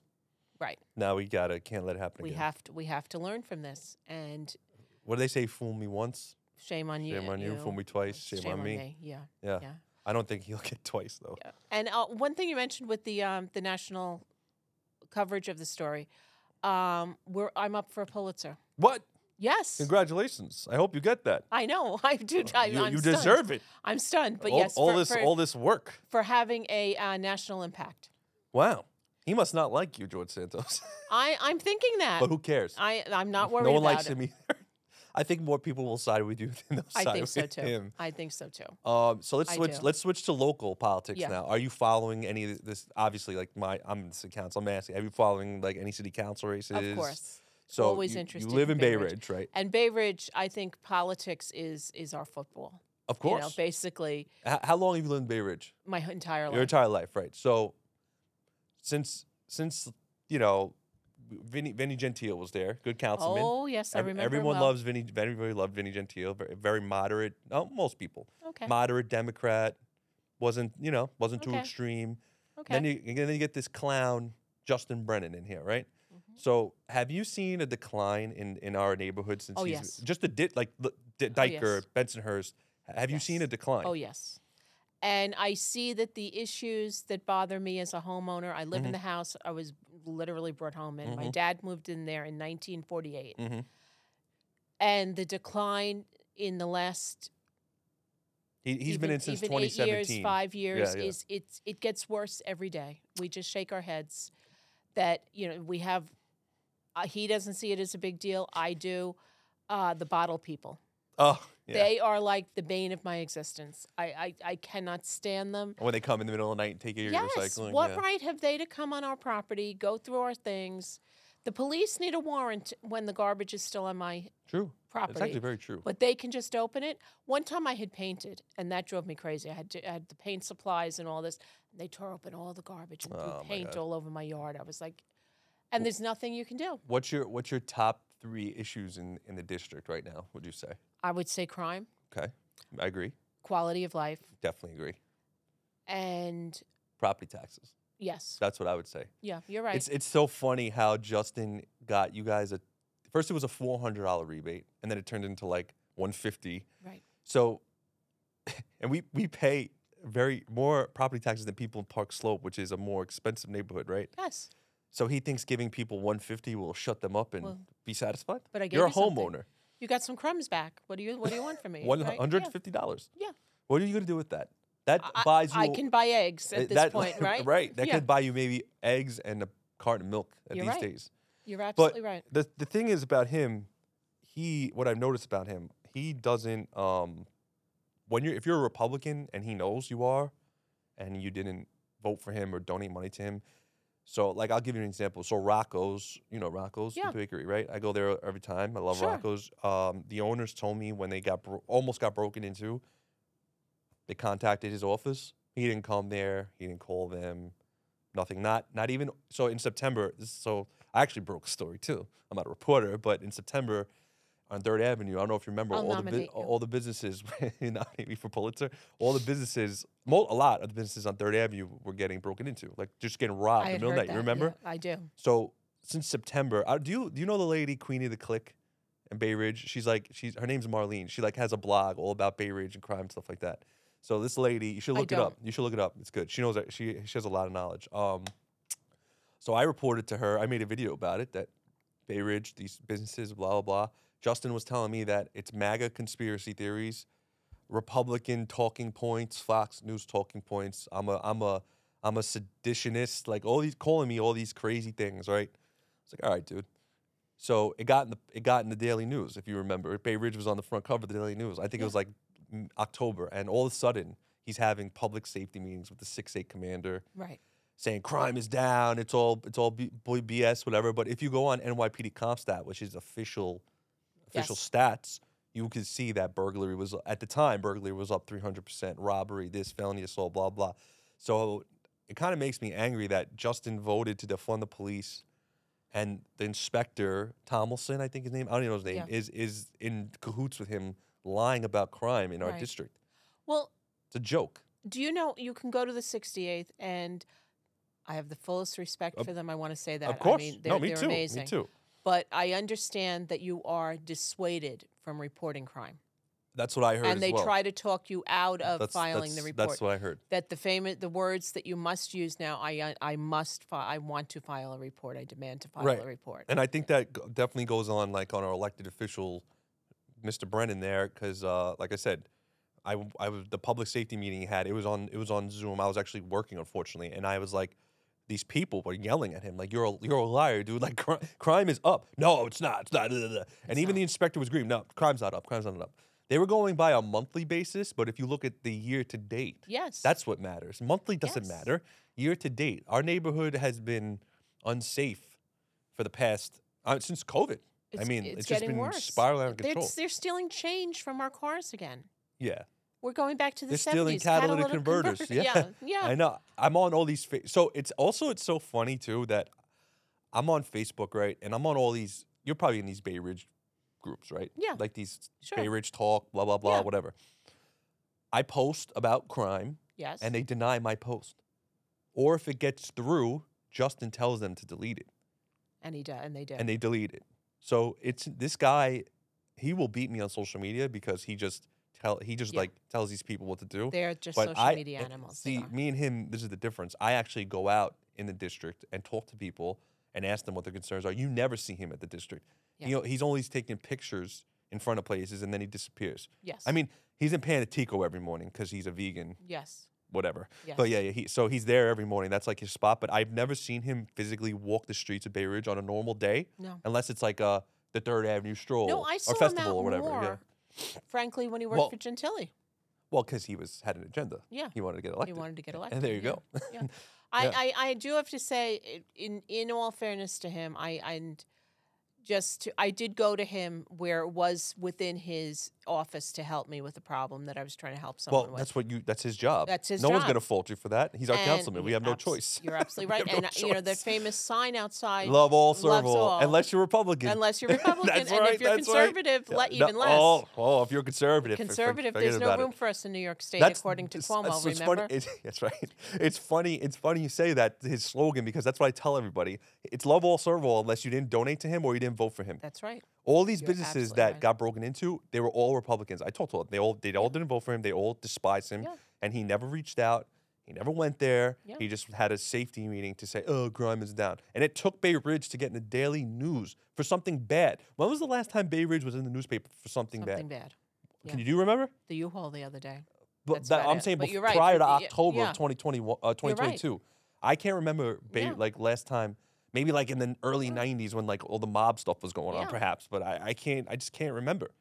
Speaker 2: right?
Speaker 1: Now we gotta can't let it happen
Speaker 2: We
Speaker 1: again.
Speaker 2: have to we have to learn from this, and
Speaker 1: what do they say? Fool me once,
Speaker 2: shame on you.
Speaker 1: shame on you. Fool me twice, shame, on, me.
Speaker 2: Yeah,
Speaker 1: Yeah.
Speaker 2: yeah.
Speaker 1: I don't think he'll get twice though.
Speaker 2: yeah. And uh, one thing you mentioned with the um, the national coverage of the story, um, we're I'm up for a Pulitzer.
Speaker 1: What?
Speaker 2: Yes,
Speaker 1: Congratulations! I hope you get that.
Speaker 2: I know. I do. I,
Speaker 1: Oh, you
Speaker 2: I'm
Speaker 1: you
Speaker 2: stunned.
Speaker 1: deserve it.
Speaker 2: I'm stunned, but
Speaker 1: all
Speaker 2: yes,
Speaker 1: all
Speaker 2: for,
Speaker 1: this
Speaker 2: for,
Speaker 1: all this work.
Speaker 2: for having a uh, national impact.
Speaker 1: Wow. He must not like you, George Santos.
Speaker 2: I I'm thinking that.
Speaker 1: but who cares?
Speaker 2: I I'm not worried
Speaker 1: no one
Speaker 2: about
Speaker 1: likes
Speaker 2: it.
Speaker 1: him either. I think more people will side with you than they'll
Speaker 2: I
Speaker 1: side
Speaker 2: think so
Speaker 1: with
Speaker 2: too.
Speaker 1: him.
Speaker 2: I think so too.
Speaker 1: Um, so let's
Speaker 2: I
Speaker 1: switch.
Speaker 2: do.
Speaker 1: Let's switch to local politics
Speaker 2: Yeah.
Speaker 1: now. Are you following any of this? Obviously, like my, I'm in the city council. I'm asking. Have you following like any city council races?
Speaker 2: Of course.
Speaker 1: So
Speaker 2: Always
Speaker 1: you,
Speaker 2: interested
Speaker 1: You live in
Speaker 2: in
Speaker 1: Bay
Speaker 2: Bay Ridge.
Speaker 1: Ridge, right?
Speaker 2: And Bay Ridge, I think politics is is our football.
Speaker 1: Of
Speaker 2: You know,
Speaker 1: course.
Speaker 2: basically
Speaker 1: H- how long have you lived in Bay Ridge?
Speaker 2: my h- entire
Speaker 1: Your
Speaker 2: life.
Speaker 1: entire life, right? So since since you know, Vinny, Vinny Gentile was there, good councilman.
Speaker 2: oh yes, I
Speaker 1: Ev-
Speaker 2: remember.
Speaker 1: everyone
Speaker 2: well.
Speaker 1: loves Vinny. Everybody loved Vinny Gentile. Very, very moderate. Oh, most people.
Speaker 2: Okay.
Speaker 1: Moderate Democrat. Wasn't you know? Wasn't too
Speaker 2: Okay.
Speaker 1: extreme.
Speaker 2: okay.
Speaker 1: Then you and then you get this clown Justin Brennan in here, right?
Speaker 2: Mm-hmm.
Speaker 1: So have you seen a decline in in our neighborhood since
Speaker 2: Oh,
Speaker 1: he's
Speaker 2: yes. Oh,
Speaker 1: just the di- like the D- Diker,
Speaker 2: yes.
Speaker 1: Bensonhurst? Have you seen
Speaker 2: Yes.
Speaker 1: a decline?
Speaker 2: oh yes. And I see that the issues that bother me as a homeowner, I
Speaker 1: Mm-hmm.
Speaker 2: live in the house I was literally brought home in. My dad moved in there in 1948.
Speaker 1: Mhm.
Speaker 2: And the decline in the last
Speaker 1: He, he's been
Speaker 2: even-
Speaker 1: in since
Speaker 2: even eight
Speaker 1: 2017.
Speaker 2: years, five years
Speaker 1: yeah.
Speaker 2: is it's it gets worse every day. We just shake our heads that you know we have. Uh, he doesn't see it as a big deal. I do. Uh, the bottle people.
Speaker 1: Oh, yeah.
Speaker 2: They are like the bane of my existence. I, I, I cannot stand them.
Speaker 1: when they come in the middle of the night and take your
Speaker 2: Yes.
Speaker 1: recycling.
Speaker 2: What
Speaker 1: yeah.
Speaker 2: right have they to come on our property, go through our things? The police need a warrant when the garbage is still on my
Speaker 1: True. It's
Speaker 2: property.
Speaker 1: actually very true.
Speaker 2: but they can just open it. One time I had painted, and that drove me crazy. I had, to, I had the paint supplies and all this. And they tore open all the garbage and
Speaker 1: Oh,
Speaker 2: threw
Speaker 1: my
Speaker 2: paint
Speaker 1: God.
Speaker 2: all over my yard. I was like, and there's nothing you can do.
Speaker 1: What's your What's your top three issues in in the district right now? Would you say?
Speaker 2: I would say crime,
Speaker 1: Okay, I agree.
Speaker 2: quality of life,
Speaker 1: Definitely agree.
Speaker 2: and
Speaker 1: Property taxes.
Speaker 2: yes,
Speaker 1: That's what I would say.
Speaker 2: yeah, you're right.
Speaker 1: It's It's so funny how Justin got you guys a. First, it was a four hundred dollar rebate, and then it turned into like one fifty.
Speaker 2: right.
Speaker 1: So, and we we pay very more property taxes than people in Park Slope, which is a more expensive neighborhood, right?
Speaker 2: Yes.
Speaker 1: So he thinks giving people 150 will shut them up and
Speaker 2: Well,
Speaker 1: be satisfied.
Speaker 2: but I gave
Speaker 1: you're a
Speaker 2: you something.
Speaker 1: homeowner.
Speaker 2: You got some crumbs back. What do you What do you want from me?
Speaker 1: One
Speaker 2: right?
Speaker 1: hundred
Speaker 2: Yeah.
Speaker 1: fifty dollars.
Speaker 2: Yeah.
Speaker 1: What are you gonna do with that? That
Speaker 2: I,
Speaker 1: buys you.
Speaker 2: I can buy eggs
Speaker 1: uh,
Speaker 2: at this
Speaker 1: that-
Speaker 2: point, right?
Speaker 1: Right. That
Speaker 2: Yeah.
Speaker 1: could buy you maybe eggs and a carton of milk at
Speaker 2: You're
Speaker 1: these
Speaker 2: right.
Speaker 1: days.
Speaker 2: You're absolutely right.
Speaker 1: The the thing is about him, he what I've noticed about him, he doesn't um when you're if you're a Republican and he knows you are and you didn't vote for him or donate money to him. So like I'll give you an example. So Rocco's, you know Rocco's
Speaker 2: Yeah.
Speaker 1: the bakery, right? I go there every time. I love
Speaker 2: Sure.
Speaker 1: Rocco's. Um, the owners told me when they got bro- almost got broken into, they contacted his office. He didn't come there. He didn't call them. Nothing. Not not even. So in September, this, so I actually broke a story too. I'm not a reporter, but in September, on Third Avenue, I don't know if you remember
Speaker 2: I'll
Speaker 1: all the bu-
Speaker 2: nominate you.
Speaker 1: all the businesses you nominate me for Pulitzer. All the businesses, mo- a lot of the businesses on Third Avenue were getting broken into, like just getting robbed in the
Speaker 2: I had
Speaker 1: middle of the
Speaker 2: heard
Speaker 1: night.
Speaker 2: that.
Speaker 1: You remember?
Speaker 2: Yeah, I do.
Speaker 1: So since September, uh, do you do you know the lady Queenie of the Click in Bay Ridge? She's like she's her name's Marlene. She like has a blog all about Bay Ridge and crime and stuff like that. So this lady, you should
Speaker 2: I
Speaker 1: look it
Speaker 2: don't.
Speaker 1: up. You should look it up. It's good. She knows that she she has a lot of knowledge. Um, so I reported to her. I made a video about it that Bay Ridge, these businesses, blah blah blah. Justin was telling me that it's MAGA conspiracy theories, Republican talking points, Fox News talking points. I'm a I'm a I'm a seditionist. Like all these calling me all these crazy things, right? It's like, all right, dude. So it got in the it got in the Daily News, if you remember. Bay Ridge was on the front cover of the Daily News. I think it was like mm, October, and all of a sudden he's having public safety meetings with the six eight commander
Speaker 2: Right.
Speaker 1: saying crime is down. It's all it's all B- boy BS, whatever. But if you go on NYPD CompStat, which is official official
Speaker 2: Yes.
Speaker 1: stats, you can see that burglary was at the time burglary was up three hundred percent, robbery, this felony assault, blah blah. So it kind of makes me angry that Justin voted to defund the police. And the inspector Tomlinson, I think his name, I don't even know his name,
Speaker 2: Yeah.
Speaker 1: is is in cahoots with him, lying about crime in our
Speaker 2: Right.
Speaker 1: district.
Speaker 2: Well,
Speaker 1: It's a joke.
Speaker 2: do you know you can go to the 68th and I have the fullest respect
Speaker 1: Of-
Speaker 2: for them. I want to say that.
Speaker 1: of course,
Speaker 2: I mean, they're,
Speaker 1: no, me
Speaker 2: they're
Speaker 1: too,
Speaker 2: amazing.
Speaker 1: me too.
Speaker 2: But I understand that you are dissuaded from reporting crime.
Speaker 1: That's what I heard. as
Speaker 2: and they
Speaker 1: well.
Speaker 2: try to talk you out of
Speaker 1: That's-
Speaker 2: filing the
Speaker 1: that's-
Speaker 2: report.
Speaker 1: That's what I heard.
Speaker 2: that the famous the words that you must use now. I I must fi- I want to file a report. I demand to file
Speaker 1: Right.
Speaker 2: a report.
Speaker 1: And I think that g- definitely goes on like on our elected official, Mr. Brennan there, because uh, like I said, I, w- I was the public safety meeting he had. It was on it was on Zoom. I was actually working unfortunately, and I was like, these people were yelling at him like you're a, you're a liar, dude. Like cri- crime is up. No, it's not. It's not. blah, blah, blah." And
Speaker 2: It's
Speaker 1: even
Speaker 2: not.
Speaker 1: the inspector was agreeing. No, crime's not up. Crime's not up. They were going by a monthly basis, but if you look at the year to date,
Speaker 2: Yes,
Speaker 1: That's what matters. Monthly doesn't
Speaker 2: Yes.
Speaker 1: matter. Year to date, our neighborhood has been unsafe for the past uh, since COVID. I
Speaker 2: It's-
Speaker 1: mean,
Speaker 2: it's
Speaker 1: it's, just
Speaker 2: getting
Speaker 1: been
Speaker 2: worse.
Speaker 1: spiraling out of
Speaker 2: they're,
Speaker 1: control.
Speaker 2: they're stealing change from our cars again.
Speaker 1: yeah,
Speaker 2: We're going back to the
Speaker 1: They're stealing
Speaker 2: 70s,
Speaker 1: catalytic converters.
Speaker 2: convert-
Speaker 1: Yeah.
Speaker 2: yeah, yeah.
Speaker 1: I know. I'm on all these. Fa- so it's also it's so funny too that I'm on Facebook right, and I'm on all these. You're probably in these Bay Ridge groups, right?
Speaker 2: Yeah.
Speaker 1: like these
Speaker 2: Sure.
Speaker 1: Bay Ridge talk, blah blah blah,
Speaker 2: Yeah.
Speaker 1: whatever. I post about crime,
Speaker 2: yes,
Speaker 1: and they deny my post, or if it gets through, Justin tells them to delete it.
Speaker 2: and he did, and they did.
Speaker 1: and they delete it. So it's this guy, he will beat me on social media because he just tell he just
Speaker 2: Yeah.
Speaker 1: like tells these people what to do.
Speaker 2: they, are just
Speaker 1: but
Speaker 2: social
Speaker 1: I-
Speaker 2: media
Speaker 1: and
Speaker 2: animals. they
Speaker 1: See, mm,
Speaker 2: are.
Speaker 1: me and him, this is the difference. I actually go out in the district and talk to people and ask them what their concerns are. You never see him at the district.
Speaker 2: Yeah.
Speaker 1: You know, he's always taking pictures in front of places and then he disappears.
Speaker 2: yes,
Speaker 1: I mean, he's in Panatico every morning because he's a vegan,
Speaker 2: yes,
Speaker 1: whatever.
Speaker 2: yes.
Speaker 1: But yeah, yeah he, so he's there every morning. That's like his spot. But I've never seen him physically walk the streets of Bay Ridge on a normal day
Speaker 2: no,
Speaker 1: unless it's like uh the Third Avenue stroll
Speaker 2: no. I
Speaker 1: or
Speaker 2: saw him
Speaker 1: festival
Speaker 2: out
Speaker 1: or whatever.
Speaker 2: more frankly, when he worked
Speaker 1: Well,
Speaker 2: for Gentili.
Speaker 1: Well, because he was had an agenda.
Speaker 2: Yeah.
Speaker 1: He wanted to get elected.
Speaker 2: He wanted to get elected.
Speaker 1: and there you
Speaker 2: yeah.
Speaker 1: go.
Speaker 2: Yeah. I,
Speaker 1: Yeah.
Speaker 2: I, I do have to say, i- in in all fairness to him, I and just to, I did go to him where it was within his office to help me with a problem that I was trying to help someone
Speaker 1: Well,
Speaker 2: with.
Speaker 1: that's what you. That's his job.
Speaker 2: That's his
Speaker 1: No one's
Speaker 2: job.
Speaker 1: gonna fault you for that. He's our
Speaker 2: And
Speaker 1: councilman. We
Speaker 2: you
Speaker 1: have no
Speaker 2: abs-
Speaker 1: choice.
Speaker 2: You're absolutely
Speaker 1: We
Speaker 2: right.
Speaker 1: have no
Speaker 2: and uh, you know the
Speaker 1: choice.
Speaker 2: famous sign outside.
Speaker 1: Love all,
Speaker 2: loves
Speaker 1: serve all,
Speaker 2: all.
Speaker 1: unless you're Republican.
Speaker 2: Unless you're Republican,
Speaker 1: That's
Speaker 2: and
Speaker 1: right,
Speaker 2: if you're
Speaker 1: that's right.
Speaker 2: conservative,
Speaker 1: Yeah,
Speaker 2: let
Speaker 1: no-
Speaker 2: even less.
Speaker 1: Oh, oh, if you're conservative, for- for-
Speaker 2: conservative,
Speaker 1: forget
Speaker 2: there's no
Speaker 1: about it.
Speaker 2: room for us in New York State, according to
Speaker 1: it's-
Speaker 2: Cuomo.
Speaker 1: it's- it's
Speaker 2: remember?
Speaker 1: Funny, it's- that's right. It's funny. It's funny you say that his slogan because that's what I tell everybody. It's love all, serve all, unless you didn't donate to him or you didn't vote for him.
Speaker 2: That's right.
Speaker 1: All these
Speaker 2: You're
Speaker 1: businesses
Speaker 2: absolutely
Speaker 1: that
Speaker 2: right.
Speaker 1: got broken into, they were all Republicans. I told them they all they all didn't vote for him. They all despise him,
Speaker 2: Yeah.
Speaker 1: and he never reached out. He never went there.
Speaker 2: Yeah.
Speaker 1: He just had a safety meeting to say, "Oh, crime is down." And it took Bay Ridge to get in the Daily News for something bad. When was the last time Bay Ridge was in the newspaper for something,
Speaker 2: Something
Speaker 1: bad?
Speaker 2: bad.
Speaker 1: Can you do you remember?
Speaker 2: The U-Haul the other day.
Speaker 1: But
Speaker 2: That's
Speaker 1: that,
Speaker 2: about
Speaker 1: I'm
Speaker 2: it.
Speaker 1: saying
Speaker 2: But
Speaker 1: bef-
Speaker 2: you're right,
Speaker 1: prior
Speaker 2: but
Speaker 1: to
Speaker 2: y-
Speaker 1: October
Speaker 2: yeah.
Speaker 1: of 2021, uh, 2022, I can't remember ba-
Speaker 2: Yeah. Uh-huh.
Speaker 1: like last time. Maybe like in the early 90s when like all the mob stuff was going on,
Speaker 2: Yeah.
Speaker 1: perhaps. But I, I can't. I just can't remember.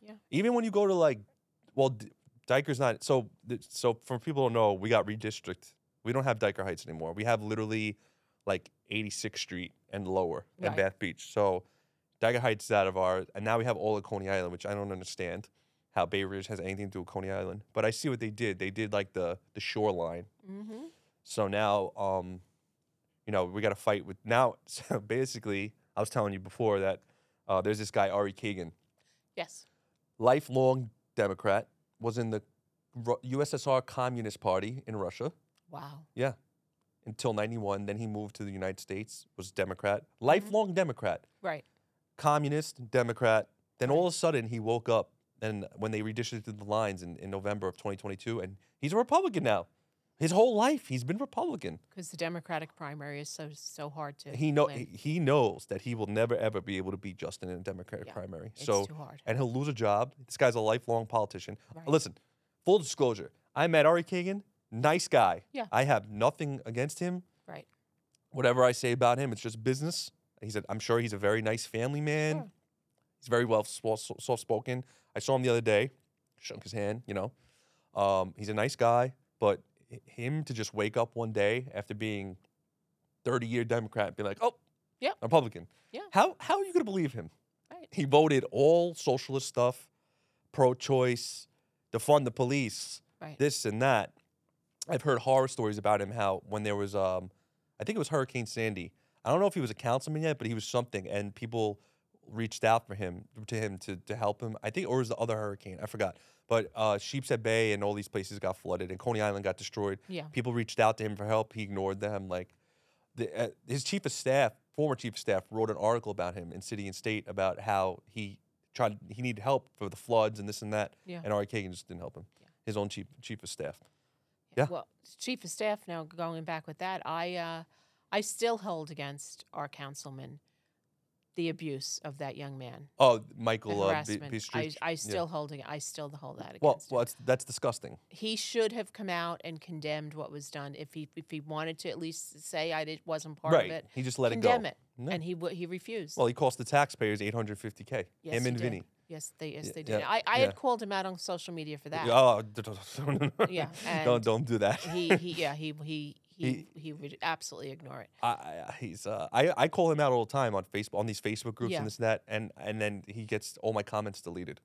Speaker 2: Yeah.
Speaker 1: Even when you go to like, well, D- Diker's not. So th- so for people who don't know, we got redistrict. We don't have Diker Heights anymore. We have literally like 86th Street and lower and
Speaker 2: Right.
Speaker 1: Bath Beach. So Diker Heights is out of our, and now we have all of Coney Island, which I don't understand how Bay Ridge has anything to do with Coney Island. But I see what they did. They did like the the shoreline.
Speaker 2: hmm
Speaker 1: So now, um, you know, we got to fight with now. So basically, I was telling you before that uh, there's this guy Ari Kagan,
Speaker 2: Yes.
Speaker 1: lifelong Democrat, was in the Ru- USSR Communist Party in Russia
Speaker 2: Wow.
Speaker 1: until 91 then he moved to the united states was democrat
Speaker 2: Mm-hmm.
Speaker 1: lifelong democrat
Speaker 2: Right.
Speaker 1: communist, Democrat. Then
Speaker 2: Right.
Speaker 1: all of a sudden he woke up and when they redistricted the lines in, in November of 2022, and he's a Republican now. His whole life he's been Republican.
Speaker 2: Because the Democratic primary is so so hard to.
Speaker 1: He know
Speaker 2: win.
Speaker 1: he knows that he will never ever be able to beat Justin in a Democratic
Speaker 2: Yeah,
Speaker 1: primary.
Speaker 2: It's
Speaker 1: so
Speaker 2: too hard.
Speaker 1: and he'll lose a job. This guy's a lifelong politician. Uh,
Speaker 2: Right.
Speaker 1: Listen, full disclosure, I met Ari Kagan, nice guy.
Speaker 2: Yeah.
Speaker 1: I have nothing against him.
Speaker 2: Right.
Speaker 1: whatever I say about him, it's just business. He's a, I'm sure he's a very nice family man.
Speaker 2: Sure.
Speaker 1: He's very well soft spoken. I saw him the other day, shook his hand, you know. Um, he's a nice guy, but h- him to just wake up one day after being 30 year Democrat and be like, oh,
Speaker 2: Yeah.
Speaker 1: Republican.
Speaker 2: Yeah.
Speaker 1: How, how are you going to believe him?
Speaker 2: Right.
Speaker 1: He voted all socialist stuff, pro choice, defund the police,
Speaker 2: Right.
Speaker 1: this and that. I've heard horror stories about him. How when there was, um, I think it was Hurricane Sandy. I don't know if he was a councilman yet, but he was something, and people reached out for him to him to, to help him. I think, or it was the other hurricane? I forgot. But uh, Sheepshead Bay and all these places got flooded, and Coney Island got destroyed.
Speaker 2: Yeah.
Speaker 1: People reached out to him for help. He ignored them. Like the, uh, his chief of staff, former chief of staff, wrote an article about him in City and State about how he tried he needed help for the floods and this and that.
Speaker 2: Yeah.
Speaker 1: And Ari Kagan just didn't help him.
Speaker 2: Yeah.
Speaker 1: His own chief chief of staff. yeah.
Speaker 2: Well, chief of staff. Now going back with that, I uh, I still hold against our councilman the abuse of that young man.
Speaker 1: Oh,
Speaker 2: The
Speaker 1: Michael uh, B-
Speaker 2: harassment. I,
Speaker 1: Bistritch.
Speaker 2: I still holding. I still hold that against.
Speaker 1: Well,
Speaker 2: him.
Speaker 1: well, it's, that's disgusting.
Speaker 2: he should have come out and condemned what was done if he if he wanted to at least say I did, wasn't part
Speaker 1: right.
Speaker 2: of it.
Speaker 1: He just let
Speaker 2: condemn
Speaker 1: it
Speaker 2: it,
Speaker 1: No.
Speaker 2: and he w- he refused.
Speaker 1: go. Well, he cost the taxpayers 850k.
Speaker 2: Yes,
Speaker 1: him
Speaker 2: he
Speaker 1: and
Speaker 2: did.
Speaker 1: Vinny.
Speaker 2: yes, they yes
Speaker 1: Yeah,
Speaker 2: they
Speaker 1: yeah,
Speaker 2: did. I,
Speaker 1: yeah.
Speaker 2: I had called him out on social media for that.
Speaker 1: Oh, yeah.
Speaker 2: Yeah, and-
Speaker 1: don't don't do that.
Speaker 2: he he yeah he he he
Speaker 1: He-
Speaker 2: he would absolutely ignore it.
Speaker 1: I, I- he's uh, I, I call him out all the time on Facebook on these Facebook groups
Speaker 2: Yeah.
Speaker 1: and this and that and and then he gets all my comments deleted.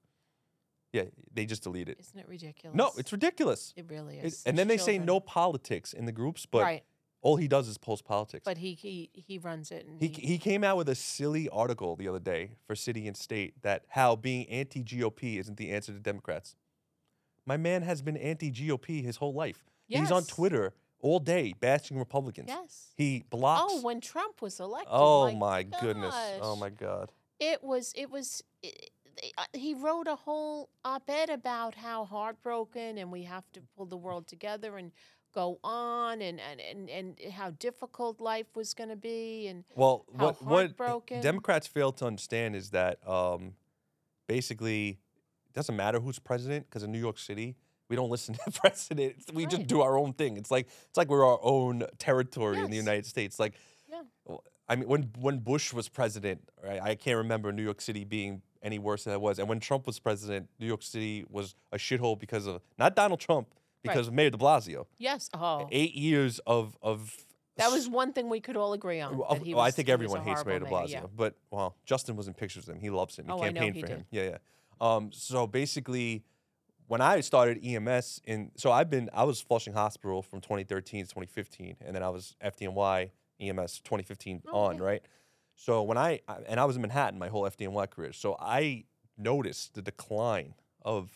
Speaker 1: Yeah, they just delete it.
Speaker 2: Isn't it ridiculous?
Speaker 1: No, it's ridiculous.
Speaker 2: it really
Speaker 1: It-
Speaker 2: is.
Speaker 1: and
Speaker 2: These
Speaker 1: then they say
Speaker 2: children-
Speaker 1: no politics in the groups, but
Speaker 2: right,
Speaker 1: all he does is post politics.
Speaker 2: but he he he runs it and
Speaker 1: He, he came out with a silly article the other day for City and State that how being anti GOP isn't the answer to Democrats. My man has been anti GOP his whole life. He's on
Speaker 2: Yes.
Speaker 1: Twitter all day bashing Republicans.
Speaker 2: yes.
Speaker 1: He blocks.
Speaker 2: Oh, when Trump was elected.
Speaker 1: Oh my goodness. Oh
Speaker 2: gosh.
Speaker 1: my God.
Speaker 2: It was, it was, it, they- uh, he wrote a whole op ed about how heartbroken and we have to pull the world together and go on and, and, and, and how difficult life was going to be. And
Speaker 1: Well,
Speaker 2: How
Speaker 1: what, what
Speaker 2: heartbroken.
Speaker 1: Democrats fail to understand is that um, basically it doesn't matter who's president because in New York City, we don't listen to the president. It's- We just
Speaker 2: Right.
Speaker 1: do our own thing. It's like it's like we're our own territory in the
Speaker 2: Yes.
Speaker 1: United States. Like,
Speaker 2: Yeah.
Speaker 1: w- I mean, when when Bush was president, right, I can't remember New York City being any worse than it was. And when Trump was president, New York City was a shithole because of not Donald Trump,
Speaker 2: Right.
Speaker 1: because of Mayor De Blasio.
Speaker 2: Yes. Oh,
Speaker 1: Eight years of of
Speaker 2: that was one thing we could all agree on.
Speaker 1: Well,
Speaker 2: that he
Speaker 1: well, I
Speaker 2: was-
Speaker 1: think
Speaker 2: he was
Speaker 1: everyone
Speaker 2: a
Speaker 1: hates Mayor De
Speaker 2: horrible
Speaker 1: Blasio,
Speaker 2: yeah.
Speaker 1: but well, Justin was in pictures with him. He loves him. He
Speaker 2: Oh, I know
Speaker 1: campaigned
Speaker 2: he
Speaker 1: for
Speaker 2: did.
Speaker 1: him. Yeah, yeah. Um, so basically, when I started EMS, in so I've been I was Flushing Hospital from 2013 to 2015, and then I was FDNY EMS 2015
Speaker 2: Oh,
Speaker 1: on
Speaker 2: okay.
Speaker 1: right. So when I I- and I was in Manhattan my whole FDNY career, so I noticed the decline of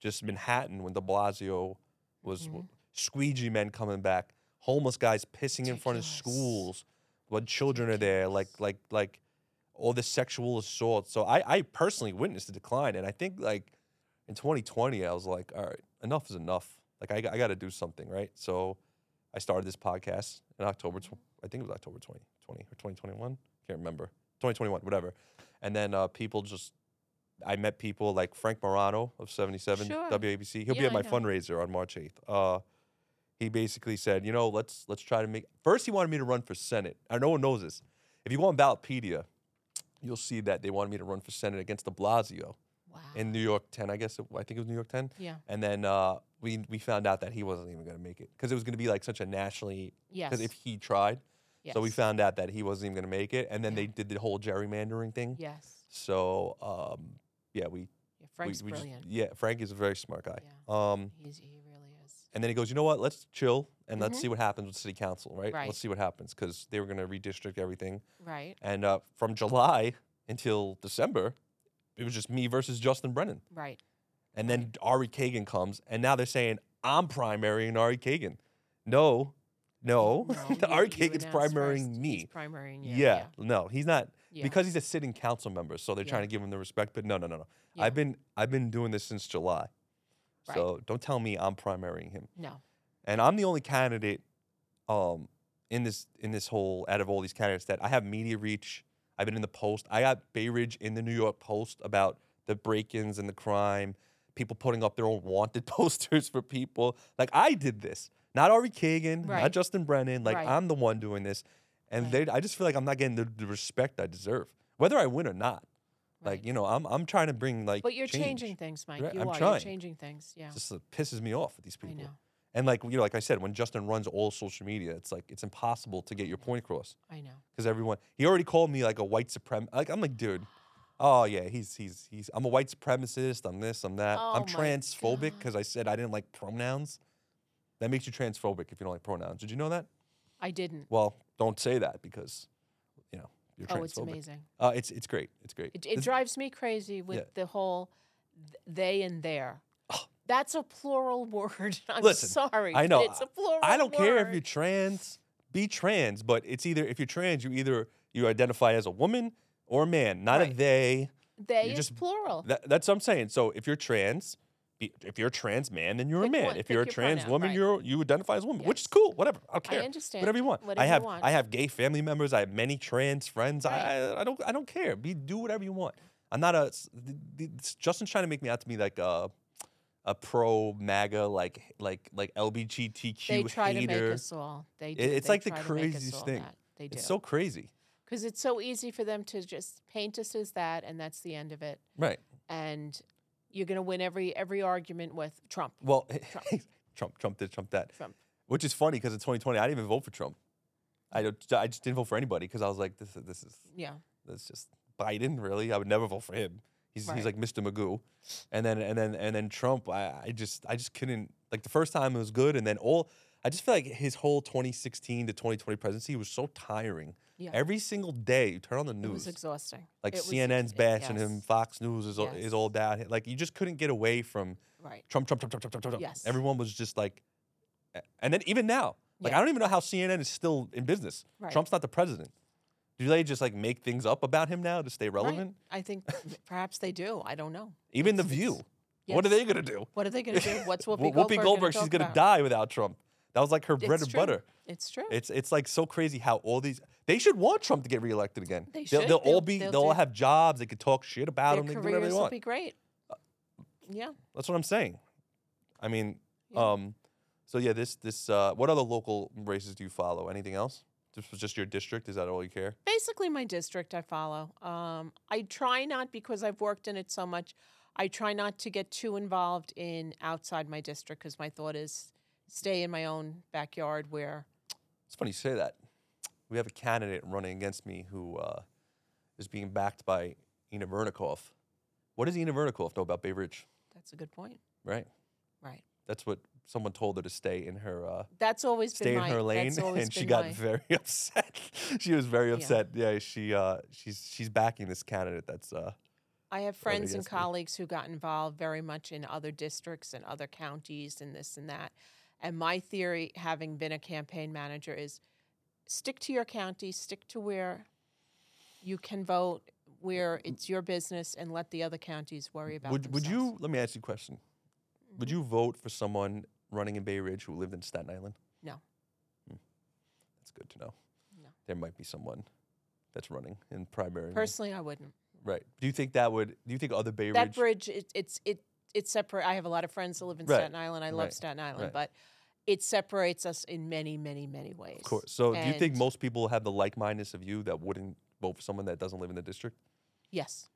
Speaker 1: just Manhattan when De Blasio was
Speaker 2: Mhm.
Speaker 1: squeegee men coming back, homeless guys pissing in front of
Speaker 2: Ridiculous.
Speaker 1: schools when children are there, like like like all the sexual assault. So I I personally witnessed the decline, and I think like in 2020 I was like, all right, enough is enough. Like I, I got to do something, right? So I started this podcast in October. Tw- I think it was October 2020 or 2021. Can't remember. 2021, whatever. And then uh, people just. I met people like Frank Morano of 77
Speaker 2: Sure.
Speaker 1: WABC. He'll be
Speaker 2: Yeah,
Speaker 1: at
Speaker 2: I
Speaker 1: my
Speaker 2: know.
Speaker 1: fundraiser on March 8th. Uh, he basically said, you know, let's let's try to make. First, he wanted me to run for senate. I no one knows this. If you go on Ballotpedia, you'll see that they wanted me to run for senate against De Blasio
Speaker 2: Mm-hmm. Wow.
Speaker 1: in New York 10. I guess it, I think it was New York 10.
Speaker 2: yeah.
Speaker 1: And then uh, we we found out that he wasn't even going to make it because it was going to be like such a nationally
Speaker 2: Yes.
Speaker 1: because if he tried,
Speaker 2: yes.
Speaker 1: so we found out that he wasn't even going to make it. And then
Speaker 2: Yeah.
Speaker 1: they did the whole gerrymandering thing.
Speaker 2: Yes.
Speaker 1: So um, yeah, we
Speaker 2: Yeah, Frank's
Speaker 1: we, we just-
Speaker 2: brilliant.
Speaker 1: yeah, Frank is a very smart guy. Um,
Speaker 2: He's, he really is.
Speaker 1: and then he goes, you know what? Let's chill and let's
Speaker 2: Mhm.
Speaker 1: see what happens with city council, right?
Speaker 2: Right.
Speaker 1: Let's see what happens because they were going to redistrict everything.
Speaker 2: Right.
Speaker 1: And uh, from July until December, it was just me versus Justin Brennan.
Speaker 2: Right.
Speaker 1: And then Ari Kagan comes, and now they're saying I'm primarying Ari Kagan. No, no,
Speaker 2: you-
Speaker 1: Ari
Speaker 2: you
Speaker 1: Kagan's
Speaker 2: announce
Speaker 1: primarying
Speaker 2: first.
Speaker 1: me.
Speaker 2: He's primarying you.
Speaker 1: yeah, no, he's not
Speaker 2: Yeah.
Speaker 1: because he's a sitting council member, so they're
Speaker 2: Yeah.
Speaker 1: trying to give him the respect. But no, no, no, no.
Speaker 2: Yeah.
Speaker 1: I've been I've been doing this since July,
Speaker 2: Right.
Speaker 1: so don't tell me I'm primarying him.
Speaker 2: No.
Speaker 1: And I'm the only candidate, um, in this in this whole out of all these candidates that I have media reach. I've been in the Post. I got Bay Ridge in the New York Post about the break-ins and the crime. People putting up their own wanted posters for people. Like I did this, not Ari Kagan,
Speaker 2: Right.
Speaker 1: not Justin Brennan. Like
Speaker 2: Right.
Speaker 1: I'm the one doing this, and
Speaker 2: Right.
Speaker 1: they. I just feel like I'm not getting the, the respect I deserve, whether I win or not.
Speaker 2: Right.
Speaker 1: Like you know, I'm I'm trying to bring like.
Speaker 2: but you're
Speaker 1: change.
Speaker 2: changing things, Mike.
Speaker 1: Right,
Speaker 2: You
Speaker 1: I'm
Speaker 2: are. You're
Speaker 1: trying.
Speaker 2: changing things. Yeah.
Speaker 1: Just uh, pisses me off with these
Speaker 2: I
Speaker 1: people.
Speaker 2: know.
Speaker 1: And like you know, like I said, when Justin runs all social media, it's like it's impossible to get your point across
Speaker 2: I know.
Speaker 1: because everyone he already called me like a white supremacist. Like I'm like, dude, oh yeah, he's he's he's I'm a white supremacist. I'm this, I'm that.
Speaker 2: Oh my
Speaker 1: I'm transphobic
Speaker 2: God.
Speaker 1: because I said I didn't like pronouns. That makes you transphobic if you don't like pronouns. Did you know that?
Speaker 2: I didn't.
Speaker 1: Well, don't say that because you know you're transphobic.
Speaker 2: Oh, it's amazing.
Speaker 1: Uh, it's it's great. It's great.
Speaker 2: It, it
Speaker 1: This-
Speaker 2: drives me crazy with
Speaker 1: Yeah. Oh.
Speaker 2: the whole th- they and their. That's a plural word. I'm
Speaker 1: Listen,
Speaker 2: sorry.
Speaker 1: I
Speaker 2: but
Speaker 1: know,
Speaker 2: It's a plural
Speaker 1: I don't care if you're
Speaker 2: word.
Speaker 1: trans. Be trans, but it's either if you're trans, you either you identify as a woman or a man, not a
Speaker 2: Right.
Speaker 1: they.
Speaker 2: They
Speaker 1: you're
Speaker 2: is
Speaker 1: just-
Speaker 2: plural.
Speaker 1: That, that's what I'm saying. So if you're trans, be, if you're a trans man, then you're a
Speaker 2: Pick
Speaker 1: man.
Speaker 2: one-
Speaker 1: if
Speaker 2: pick
Speaker 1: you're a
Speaker 2: your
Speaker 1: trans
Speaker 2: pronoun,
Speaker 1: woman,
Speaker 2: right.
Speaker 1: you're you identify as a woman, which
Speaker 2: Yes.
Speaker 1: is cool. Whatever. I don't care.
Speaker 2: understand.
Speaker 1: Whatever you want.
Speaker 2: Whatever
Speaker 1: I
Speaker 2: you
Speaker 1: have
Speaker 2: want.
Speaker 1: I have gay family members. I have many trans friends. I,
Speaker 2: Right.
Speaker 1: I I don't I don't care. Be do whatever you want. I'm not a s- th- th- s- Justin's trying to make me out to be like a a pro MAGA like like like LGBTQ
Speaker 2: They try
Speaker 1: hater.
Speaker 2: to make us all. They do.
Speaker 1: it's
Speaker 2: They
Speaker 1: like the
Speaker 2: try to make us
Speaker 1: craziest
Speaker 2: all
Speaker 1: thing.
Speaker 2: that. They do.
Speaker 1: It's so crazy.
Speaker 2: because it's so easy for them to just paint us as that and that's the end of it
Speaker 1: Right.
Speaker 2: and you're going to win every every argument with trump
Speaker 1: Well, Trump, Trump, did Trump that.
Speaker 2: Trump.
Speaker 1: Which is funny because in 2020, I didn't even vote for Trump. I, don't, I just didn't vote for anybody because I was like, this, is- this is
Speaker 2: yeah
Speaker 1: that's just Biden. Really, I would never vote for him. He's, he's
Speaker 2: Right.
Speaker 1: like Mr. Magoo, and then and then and then Trump. I, I just I just couldn't like the first time it was good, and then all I just feel like his whole 2016 to 2020 presidency was so tiring.
Speaker 2: Yeah.
Speaker 1: Every single day, you turn on the
Speaker 2: it
Speaker 1: news,
Speaker 2: was exhausting
Speaker 1: like
Speaker 2: it was ex-
Speaker 1: CNN's
Speaker 2: it-
Speaker 1: bashing
Speaker 2: yes.
Speaker 1: him, Fox News is all
Speaker 2: Yes.
Speaker 1: is all down. Like you just couldn't get away from
Speaker 2: right
Speaker 1: Trump, Trump, Trump, Trump, Trump, Trump, Trump.
Speaker 2: Yes.
Speaker 1: Everyone was just like, a- and then even now, like I
Speaker 2: Yeah.
Speaker 1: don't even know how CNN is still in business.
Speaker 2: Right.
Speaker 1: Trump's not the president. Do they just like make things up about him now to stay
Speaker 2: Right.
Speaker 1: relevant?
Speaker 2: i think perhaps they do i don't know
Speaker 1: Even The
Speaker 2: It's- it's-
Speaker 1: View. What are
Speaker 2: yes.
Speaker 1: they gonna do?
Speaker 2: what are they going to do what's whoopi,
Speaker 1: Whoopi
Speaker 2: goldberg,
Speaker 1: Goldberg,
Speaker 2: gonna
Speaker 1: she's
Speaker 2: talk
Speaker 1: gonna
Speaker 2: about?
Speaker 1: die without Trump. That was like her bread
Speaker 2: It's
Speaker 1: and
Speaker 2: true.
Speaker 1: butter.
Speaker 2: it's true
Speaker 1: It's it's like so crazy how all these they should want Trump to get reelected again.
Speaker 2: They
Speaker 1: will
Speaker 2: should.
Speaker 1: they'll all
Speaker 2: They'll-
Speaker 1: be
Speaker 2: they'll
Speaker 1: they'll all
Speaker 2: do-
Speaker 1: have jobs. They could talk shit about
Speaker 2: their
Speaker 1: him. They can do whatever
Speaker 2: careers
Speaker 1: they
Speaker 2: will
Speaker 1: want.
Speaker 2: be great yeah
Speaker 1: That's what I'm saying. I mean,
Speaker 2: Yeah.
Speaker 1: um, so yeah, this this uh, what other local races do you follow? Anything else? This was just your district. Is that all you care?
Speaker 2: basically my district I follow. Um, I try not because I've worked in it so much. I try not to get too involved in outside my district because my thought is stay in my own backyard where
Speaker 1: It's funny you say that. We have a candidate running against me who uh, is being backed by Ina Vernikoff. What does Ina Vernikoff know about Bay Ridge?
Speaker 2: that's a good point.
Speaker 1: Right.
Speaker 2: Right.
Speaker 1: That's what someone told her to stay in her uh,
Speaker 2: That's always
Speaker 1: stay
Speaker 2: been
Speaker 1: in
Speaker 2: my
Speaker 1: her lane,
Speaker 2: that's always
Speaker 1: and she
Speaker 2: been
Speaker 1: got
Speaker 2: my-
Speaker 1: very upset. she was very upset. Yeah, she uh, she's she's backing this candidate. That's uh,
Speaker 2: I have friends and
Speaker 1: against me.
Speaker 2: colleagues who got involved very much in other districts and other counties and this and that. And my theory, having been a campaign manager, is stick to your county, stick to where you can vote, where it's your business, and let the other counties worry about
Speaker 1: Mm-hmm. would would
Speaker 2: themselves. Mm-hmm.
Speaker 1: you? Let me ask you a question. Would you vote for someone running in Bay Ridge who lived in Staten Island?
Speaker 2: No.
Speaker 1: Hmm. That's good to know.
Speaker 2: No.
Speaker 1: There might be someone that's running in primary.
Speaker 2: Personally, I wouldn't.
Speaker 1: Right. Do you think that would? Do you think other Bay
Speaker 2: That
Speaker 1: Ridge?
Speaker 2: bridge, it, it's it it's separate. I have a lot of friends that live in
Speaker 1: Right,
Speaker 2: Staten Island. I love
Speaker 1: right,
Speaker 2: Staten Island,
Speaker 1: right.
Speaker 2: but it separates us in many, many, many ways.
Speaker 1: Of course. So do you think
Speaker 2: And-
Speaker 1: most people have the like-mindedness of you that wouldn't vote for someone that doesn't live in the district?
Speaker 2: Yes.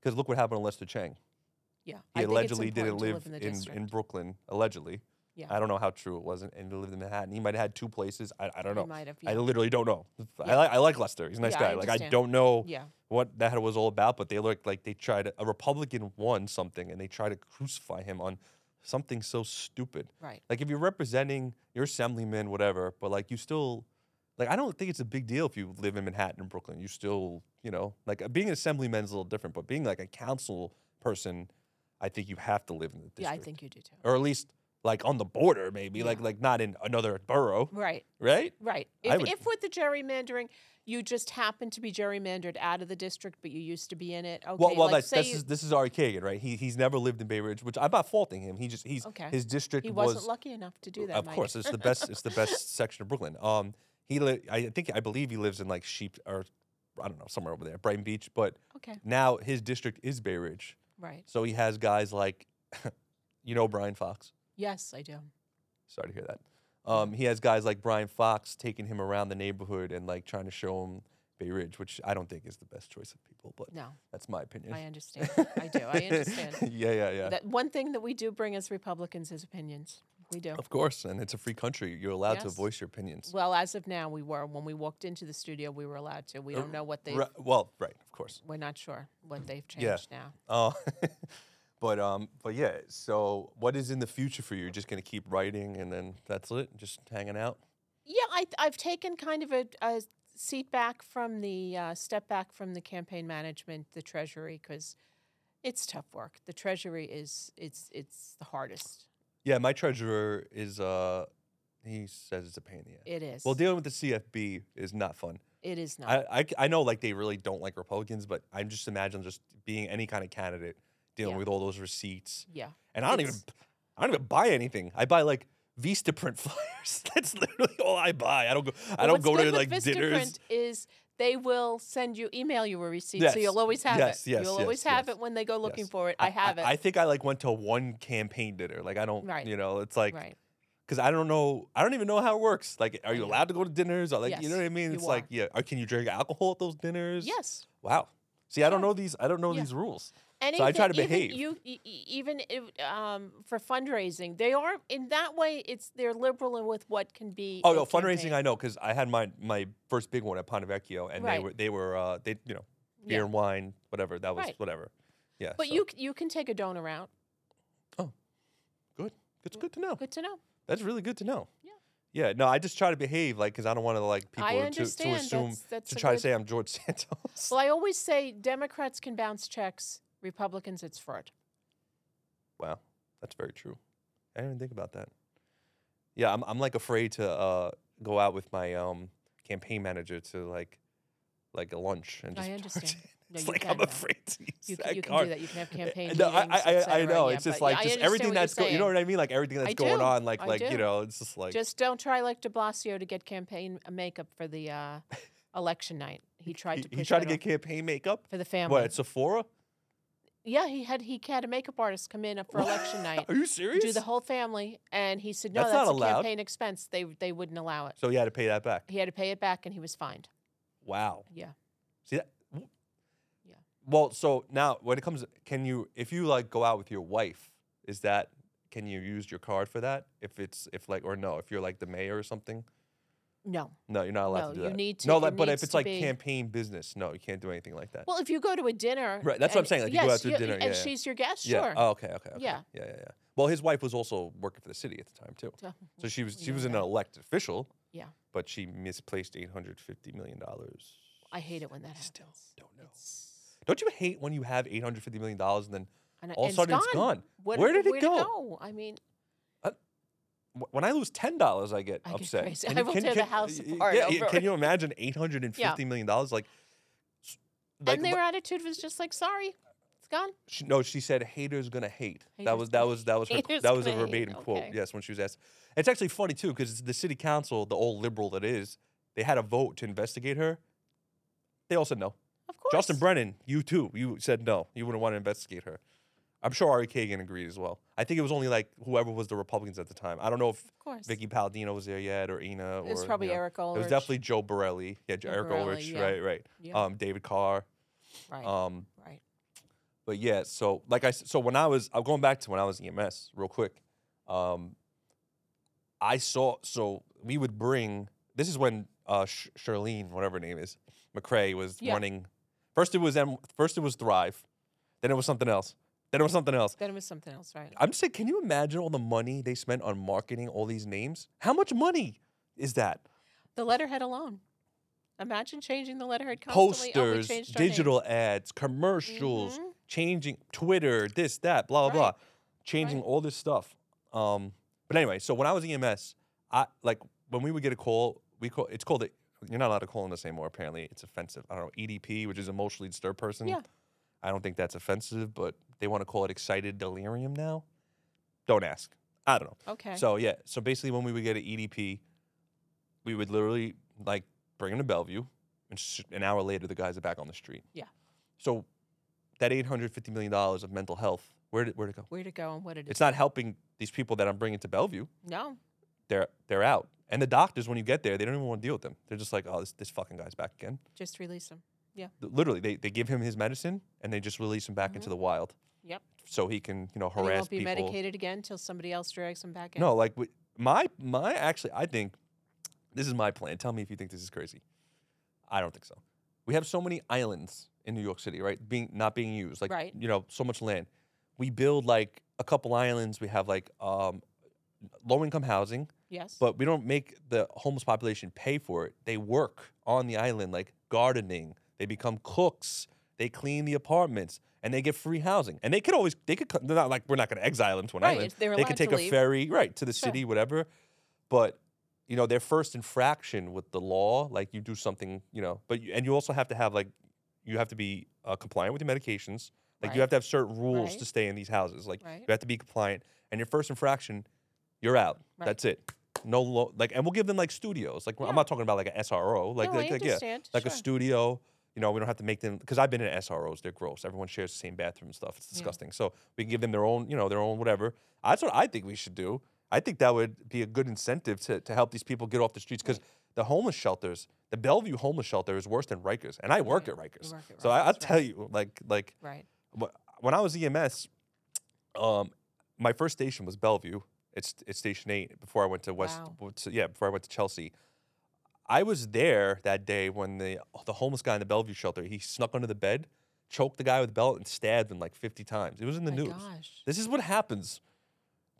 Speaker 1: Because look what happened to Lester Chang.
Speaker 2: Yeah.
Speaker 1: He
Speaker 2: I think it's
Speaker 1: allegedly didn't
Speaker 2: important to
Speaker 1: live, in, in,
Speaker 2: district.
Speaker 1: Brooklyn. Allegedly.
Speaker 2: Yeah.
Speaker 1: I don't know how true it wasn't, and he lived in Manhattan. He might have had two places. I, I don't
Speaker 2: He
Speaker 1: know.
Speaker 2: might have,
Speaker 1: I
Speaker 2: yeah.
Speaker 1: literally don't know. I,
Speaker 2: Yeah.
Speaker 1: like, I like Lester. He's a nice
Speaker 2: Yeah, I
Speaker 1: guy. like I
Speaker 2: understand.
Speaker 1: don't know
Speaker 2: Yeah.
Speaker 1: what that was all about, but they looked like they tried. A Republican won something, and they tried to crucify him on something so stupid.
Speaker 2: Right.
Speaker 1: Like if you're representing your assemblyman, whatever, but like you still, like I don't think it's a big deal if you live in Manhattan and Brooklyn. You still, you know, like uh, being an assemblyman is a little different, but being like a council person, I think you have to live in the district,
Speaker 2: Yeah, I think you do too.
Speaker 1: or at least like on the border, maybe
Speaker 2: Yeah.
Speaker 1: like like not in another borough,
Speaker 2: Right,
Speaker 1: right?
Speaker 2: right.
Speaker 1: I
Speaker 2: If,
Speaker 1: would-
Speaker 2: if with the gerrymandering, you just happen to be gerrymandered out of the district, but you used to be in it. Okay,
Speaker 1: Well, well,
Speaker 2: like
Speaker 1: that's,
Speaker 2: say
Speaker 1: this
Speaker 2: you,
Speaker 1: is this is arcadian, right? He he's never lived in Bay Ridge, which I'm not faulting him. He just he's
Speaker 2: Okay.
Speaker 1: his district
Speaker 2: he wasn't
Speaker 1: was
Speaker 2: lucky enough to do that.
Speaker 1: of
Speaker 2: Mike.
Speaker 1: course it's the best it's the best section of Brooklyn. Um, he li- I think I believe he lives in like Sheep or I don't know somewhere over there, Brighton Beach. But
Speaker 2: Okay,
Speaker 1: now his district is Bay Ridge,
Speaker 2: right.
Speaker 1: so he has guys like you know Brian Fox.
Speaker 2: Yes, I do.
Speaker 1: Sorry to hear that. Um, he has guys like Brian Fox taking him around the neighborhood and like trying to show him Bay Ridge, which I don't think is the best choice of people, but
Speaker 2: No,
Speaker 1: that's my opinion.
Speaker 2: I understand. I do. I understand.
Speaker 1: yeah, yeah, yeah.
Speaker 2: That one thing that we do bring as Republicans is opinions. We do.
Speaker 1: Of course, and it's a free country. You're allowed to
Speaker 2: Yes.
Speaker 1: voice your opinions.
Speaker 2: Well, as of now, we were. When we walked into the studio, we were allowed to. We don't know what they.
Speaker 1: Ri- well, Uh, right, of course.
Speaker 2: We're not sure what they've changed
Speaker 1: Yeah. Uh,
Speaker 2: now.
Speaker 1: but um, but yeah. So, what is in the future for you? You're just gonna keep writing, and then that's it. Just hanging out.
Speaker 2: Yeah, I, I've taken kind of a, a seat back from the uh, step back from the campaign management, the treasury, because it's tough work. The treasury is it's it's the hardest.
Speaker 1: Yeah, my treasurer is uh, he says it's a pain in the ass.
Speaker 2: It is.
Speaker 1: well, dealing with the CFB is not fun.
Speaker 2: it is not.
Speaker 1: I, I c- I know like they really don't like Republicans, but I'm just imagining just being any kind of candidate dealing
Speaker 2: Yeah.
Speaker 1: with all those receipts.
Speaker 2: yeah.
Speaker 1: And I don't even
Speaker 2: It's-
Speaker 1: I don't even buy anything. I buy like Vista print flyers. That's literally all I buy. I don't go I
Speaker 2: Well,
Speaker 1: don't
Speaker 2: what's
Speaker 1: go
Speaker 2: good
Speaker 1: to
Speaker 2: with
Speaker 1: like dinners.
Speaker 2: Vistaprint is they will send you email you a receipt, so
Speaker 1: Yes,
Speaker 2: you'll always have
Speaker 1: yes,
Speaker 2: it.
Speaker 1: yes,
Speaker 2: you'll
Speaker 1: yes,
Speaker 2: always have
Speaker 1: yes,
Speaker 2: it when they go looking
Speaker 1: yes.
Speaker 2: for it. I, have it.
Speaker 1: I, think I like went to one campaign dinner. Like I don't
Speaker 2: Right.
Speaker 1: you know, it's like
Speaker 2: right.
Speaker 1: cuz I don't know I don't even know how it works. Like are you
Speaker 2: know.
Speaker 1: allowed to go to dinners or like you know
Speaker 2: Yes,
Speaker 1: what I mean?
Speaker 2: you
Speaker 1: It's like
Speaker 2: are.
Speaker 1: yeah, or can you drink alcohol at those dinners?
Speaker 2: Yes.
Speaker 1: Wow. See, I don't
Speaker 2: Yeah.
Speaker 1: know these I don't know
Speaker 2: Yeah.
Speaker 1: these rules.
Speaker 2: Anything,
Speaker 1: I try to behave.
Speaker 2: Even you e- e- even if, um, for fundraising, they are in that way. It's they're liberal with what can be.
Speaker 1: Oh
Speaker 2: a
Speaker 1: no, fundraising
Speaker 2: campaign.
Speaker 1: I know cuz I had my my first big one at Ponte Vecchio and they
Speaker 2: Right.
Speaker 1: were they were uh they you know,
Speaker 2: Yeah.
Speaker 1: beer and wine, whatever. That was
Speaker 2: Right.
Speaker 1: whatever. Yeah.
Speaker 2: But
Speaker 1: so
Speaker 2: you c- you can take a donor route.
Speaker 1: good. It's good to know.
Speaker 2: Good to know.
Speaker 1: That's really good to know.
Speaker 2: Yeah.
Speaker 1: Yeah. No, I just try to behave like because I don't want to like people
Speaker 2: I
Speaker 1: to, to
Speaker 2: understand.
Speaker 1: assume
Speaker 2: That's- that's
Speaker 1: to
Speaker 2: a
Speaker 1: try to
Speaker 2: good-
Speaker 1: say I'm George Santos.
Speaker 2: Well, I always say Democrats can bounce checks, Republicans it's fraud.
Speaker 1: wow, that's very true. I didn't even think about that. Yeah, I'm I'm like afraid to uh, go out with my um, campaign manager to like like a lunch and just
Speaker 2: I
Speaker 1: charge
Speaker 2: understand.
Speaker 1: it.
Speaker 2: No,
Speaker 1: it's
Speaker 2: you
Speaker 1: like
Speaker 2: can,
Speaker 1: I'm
Speaker 2: though.
Speaker 1: afraid to use
Speaker 2: You can,
Speaker 1: that
Speaker 2: you can
Speaker 1: card.
Speaker 2: do that. You can have campaign
Speaker 1: No, I,
Speaker 2: meetings,
Speaker 1: I,
Speaker 2: et
Speaker 1: I, I
Speaker 2: cetera.
Speaker 1: know.
Speaker 2: Yeah,
Speaker 1: it's just
Speaker 2: but- yeah,
Speaker 1: like
Speaker 2: I
Speaker 1: just
Speaker 2: understand
Speaker 1: everything
Speaker 2: what you're
Speaker 1: that's going. You know
Speaker 2: saying.
Speaker 1: what I mean? Like everything that's
Speaker 2: I
Speaker 1: going
Speaker 2: do.
Speaker 1: on. Like
Speaker 2: I
Speaker 1: like you
Speaker 2: do.
Speaker 1: know, it's just like
Speaker 2: Just don't try like De Blasio to get campaign makeup for the uh, election night. He tried
Speaker 1: he,
Speaker 2: to.
Speaker 1: he
Speaker 2: push
Speaker 1: tried to get
Speaker 2: that off
Speaker 1: campaign makeup.
Speaker 2: for the family.
Speaker 1: What at Sephora?
Speaker 2: yeah, he had he had a makeup artist come in for election night,
Speaker 1: Are you serious?
Speaker 2: do the whole family, and he said no,
Speaker 1: That's
Speaker 2: that's,
Speaker 1: not
Speaker 2: a
Speaker 1: allowed.
Speaker 2: campaign expense. They they wouldn't allow it.
Speaker 1: so you had to pay that back.
Speaker 2: He had to pay it back, and he was fined.
Speaker 1: Wow.
Speaker 2: Yeah.
Speaker 1: See that? w-
Speaker 2: Yeah.
Speaker 1: Well, so now when it comes, can you if you like go out with your wife, is that can you use your card for that? If it's if like or no, if you're like the mayor or something,
Speaker 2: No.
Speaker 1: no, you're not allowed
Speaker 2: No,
Speaker 1: to do
Speaker 2: you
Speaker 1: that.
Speaker 2: need to-
Speaker 1: no,
Speaker 2: it
Speaker 1: like, but if
Speaker 2: needs
Speaker 1: it's
Speaker 2: to
Speaker 1: like
Speaker 2: be-
Speaker 1: campaign business, no, you can't do anything like that.
Speaker 2: Well, if you go to a dinner,
Speaker 1: Right, that's what I'm
Speaker 2: and-
Speaker 1: saying, like, you
Speaker 2: yes,
Speaker 1: go out to
Speaker 2: you-
Speaker 1: dinner,
Speaker 2: and
Speaker 1: yeah, yeah.
Speaker 2: she's your guest.
Speaker 1: yeah.
Speaker 2: Sure.
Speaker 1: Oh, okay, okay, okay.
Speaker 2: Yeah.
Speaker 1: Yeah, yeah, yeah. Well, his wife was also working for the city at the time too,
Speaker 2: So-
Speaker 1: so she was
Speaker 2: we
Speaker 1: she
Speaker 2: know
Speaker 1: was an
Speaker 2: that.
Speaker 1: elected official.
Speaker 2: Yeah.
Speaker 1: But she misplaced eight hundred fifty million dollars.
Speaker 2: I hate it when that happens.
Speaker 1: Still don't know.
Speaker 2: It's-
Speaker 1: Don't you hate when you have eight hundred fifty million dollars and then
Speaker 2: and I-
Speaker 1: all of a
Speaker 2: and
Speaker 1: sudden it's gone?
Speaker 2: What-
Speaker 1: Where did it
Speaker 2: where'd
Speaker 1: go?
Speaker 2: I mean,
Speaker 1: Wh- when I lose ten dollars, I get
Speaker 2: I get
Speaker 1: upset.
Speaker 2: crazy.
Speaker 1: Can
Speaker 2: I
Speaker 1: you-
Speaker 2: will
Speaker 1: can-
Speaker 2: tear the
Speaker 1: can-
Speaker 2: house
Speaker 1: y- y-
Speaker 2: apart
Speaker 1: yeah, y-
Speaker 2: over
Speaker 1: can
Speaker 2: it.
Speaker 1: you imagine eight hundred and fifty million dollars? Like, s- like
Speaker 2: and their
Speaker 1: le-
Speaker 2: attitude was just like, sorry, it's gone.
Speaker 1: she, no, she said, "Haters gonna hate." that
Speaker 2: Haters
Speaker 1: was that
Speaker 2: gonna
Speaker 1: was that was her,
Speaker 2: Haters
Speaker 1: that was a
Speaker 2: gonna hate,
Speaker 1: verbatim quote.
Speaker 2: okay.
Speaker 1: Yes, when she was asked, it's actually funny too because the city council, the old liberal that is, they had a vote to investigate her. They all said no.
Speaker 2: Of course.
Speaker 1: Justin Brennan, you too. You said no. You wouldn't want to investigate her. I'm sure Ari Kagan agreed as well. I think it was only like whoever was the Republicans at the time. I don't know if
Speaker 2: Of course.
Speaker 1: Vicky Palladino was there yet or Ina.
Speaker 2: it was
Speaker 1: or,
Speaker 2: probably
Speaker 1: you know,
Speaker 2: Eric Olrich.
Speaker 1: It was definitely Joe Borelli. Yeah,
Speaker 2: Joe
Speaker 1: Eric
Speaker 2: Borelli,
Speaker 1: Ulrich.
Speaker 2: yeah.
Speaker 1: Right, right.
Speaker 2: Yeah.
Speaker 1: Um, David Carr.
Speaker 2: right.
Speaker 1: Um,
Speaker 2: right.
Speaker 1: but yeah, so like I s- so when I was I'm going back to when I was EMS real quick. Um, I saw so we would bring this is when uh Sh- Charlene whatever her name is McCray was
Speaker 2: Yeah.
Speaker 1: running. First it was M, first it was Thrive, then it was something else, then it was something else.
Speaker 2: Then it was something else, right?
Speaker 1: I'm just saying, can you imagine all the money they spent on marketing all these names? How much money is that?
Speaker 2: The letterhead alone. Imagine changing the letterhead constantly. Oh, we
Speaker 1: Posters,
Speaker 2: changed our name.
Speaker 1: digital ads, commercials,
Speaker 2: Mhm.
Speaker 1: changing Twitter, this, that, blah, blah,
Speaker 2: Right.
Speaker 1: blah, changing
Speaker 2: Right.
Speaker 1: all this stuff. Um, but anyway, so when I was EMS, I like when we would get a call, we call it's called a, you're not allowed to call in this anymore. Apparently, it's offensive. I don't know EDP, which is emotionally disturbed person.
Speaker 2: Yeah.
Speaker 1: I don't think that's offensive, but they want to call it excited delirium now. Don't ask. I don't know.
Speaker 2: Okay.
Speaker 1: So yeah, so basically when we would get an EDP, we would literally like bring them to Bellevue, and sh- an hour later the guys are back on the street.
Speaker 2: Yeah.
Speaker 1: So that eight hundred fifty million dollars of mental health, where did where to go?
Speaker 2: Where to go and what it is.
Speaker 1: It's not helping these people that I'm bringing to Bellevue.
Speaker 2: No.
Speaker 1: They're they're out, and the doctors when you get there, they don't even want to deal with them. They're just like, oh, this this fucking guy's back again.
Speaker 2: Just release them.
Speaker 1: Th- Literally, they they give him his medicine and they just release him back into the wild.
Speaker 2: Mm-hmm. Yep.
Speaker 1: So he can you know
Speaker 2: And he
Speaker 1: harass
Speaker 2: won't be
Speaker 1: people.
Speaker 2: medicated again until somebody else drags him back in.
Speaker 1: No, like wi- my my actually, I think this is my plan. Tell me if you think this is crazy. I don't think so. We have so many islands in New York City, right? Being not being used, like
Speaker 2: Right.
Speaker 1: you know, so much land. We build like a couple islands. We have like um, low income housing,
Speaker 2: Yes.
Speaker 1: but we don't make the homeless population pay for it. They work on the island, like gardening. They become cooks. They clean the apartments, and they get free housing. And they could always they could. co- They're not like we're not going to exile them to an
Speaker 2: Right,
Speaker 1: island
Speaker 2: if they're
Speaker 1: they
Speaker 2: allowed
Speaker 1: could
Speaker 2: to
Speaker 1: take a
Speaker 2: leave.
Speaker 1: ferry right to the
Speaker 2: Sure.
Speaker 1: city whatever but you know their first infraction with the law like you do something you know but you, and you also have to have like you have to be uh, compliant with your medications like
Speaker 2: Right.
Speaker 1: you have to have certain rules
Speaker 2: Right.
Speaker 1: to stay in these houses like
Speaker 2: Right.
Speaker 1: you have to be compliant and your first infraction you're out
Speaker 2: Right.
Speaker 1: that's it no lo- like and we'll give them like studios like
Speaker 2: Yeah.
Speaker 1: i'm not talking about like an sro like
Speaker 2: no,
Speaker 1: like,
Speaker 2: I
Speaker 1: like yeah
Speaker 2: understand.
Speaker 1: like a
Speaker 2: Sure.
Speaker 1: studio. You know, we don't have to make them because I've been in SROs. They're gross. Everyone shares the same bathroom and stuff. It's
Speaker 2: Yeah.
Speaker 1: disgusting. So we can give them their own, you know, their own whatever. That's what I think we should do. I think that would be a good incentive to, to help these people get off the streets because the homeless shelters, the Bellevue homeless shelter is worse than Rikers, and I work
Speaker 2: Right.
Speaker 1: at Rikers.
Speaker 2: You work at
Speaker 1: so I,
Speaker 2: Rikers,
Speaker 1: I'll
Speaker 2: right.
Speaker 1: tell you, like, like
Speaker 2: Right.
Speaker 1: wh- when I was EMS, um, my first station was Bellevue. It's it's station eight before I went to West.
Speaker 2: Wow.
Speaker 1: w- to- yeah, before I went to Chelsea. I was there that day when the the homeless guy in the Bellevue shelter he snuck under the bed, choked the guy with the belt, and stabbed him like fifty times. It was in the
Speaker 2: My
Speaker 1: news.
Speaker 2: gosh.
Speaker 1: This is what happens.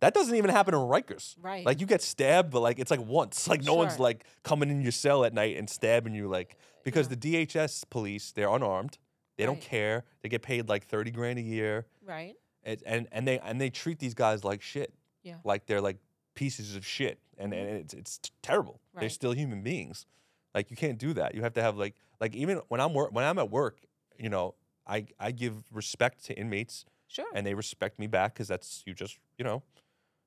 Speaker 1: That doesn't even happen in Rikers.
Speaker 2: Right.
Speaker 1: Like you get stabbed, but like it's like once. Like no one's
Speaker 2: Sure.
Speaker 1: like coming in your cell at night and stabbing you. Like because
Speaker 2: Yeah.
Speaker 1: the DHS police, they're unarmed. They don't
Speaker 2: Right.
Speaker 1: care. They get paid like thirty grand a year,
Speaker 2: right.
Speaker 1: and and, and they and they treat these guys like shit.
Speaker 2: Yeah. Mm-hmm.
Speaker 1: Like they're like pieces of shit, and, and it's it's t- terrible. They're
Speaker 2: Right.
Speaker 1: still human beings. Like you can't do that. You have to have like like even when I'm work when I'm at work, you know, I I give respect to inmates
Speaker 2: Sure.
Speaker 1: and they respect me back because that's you just you know,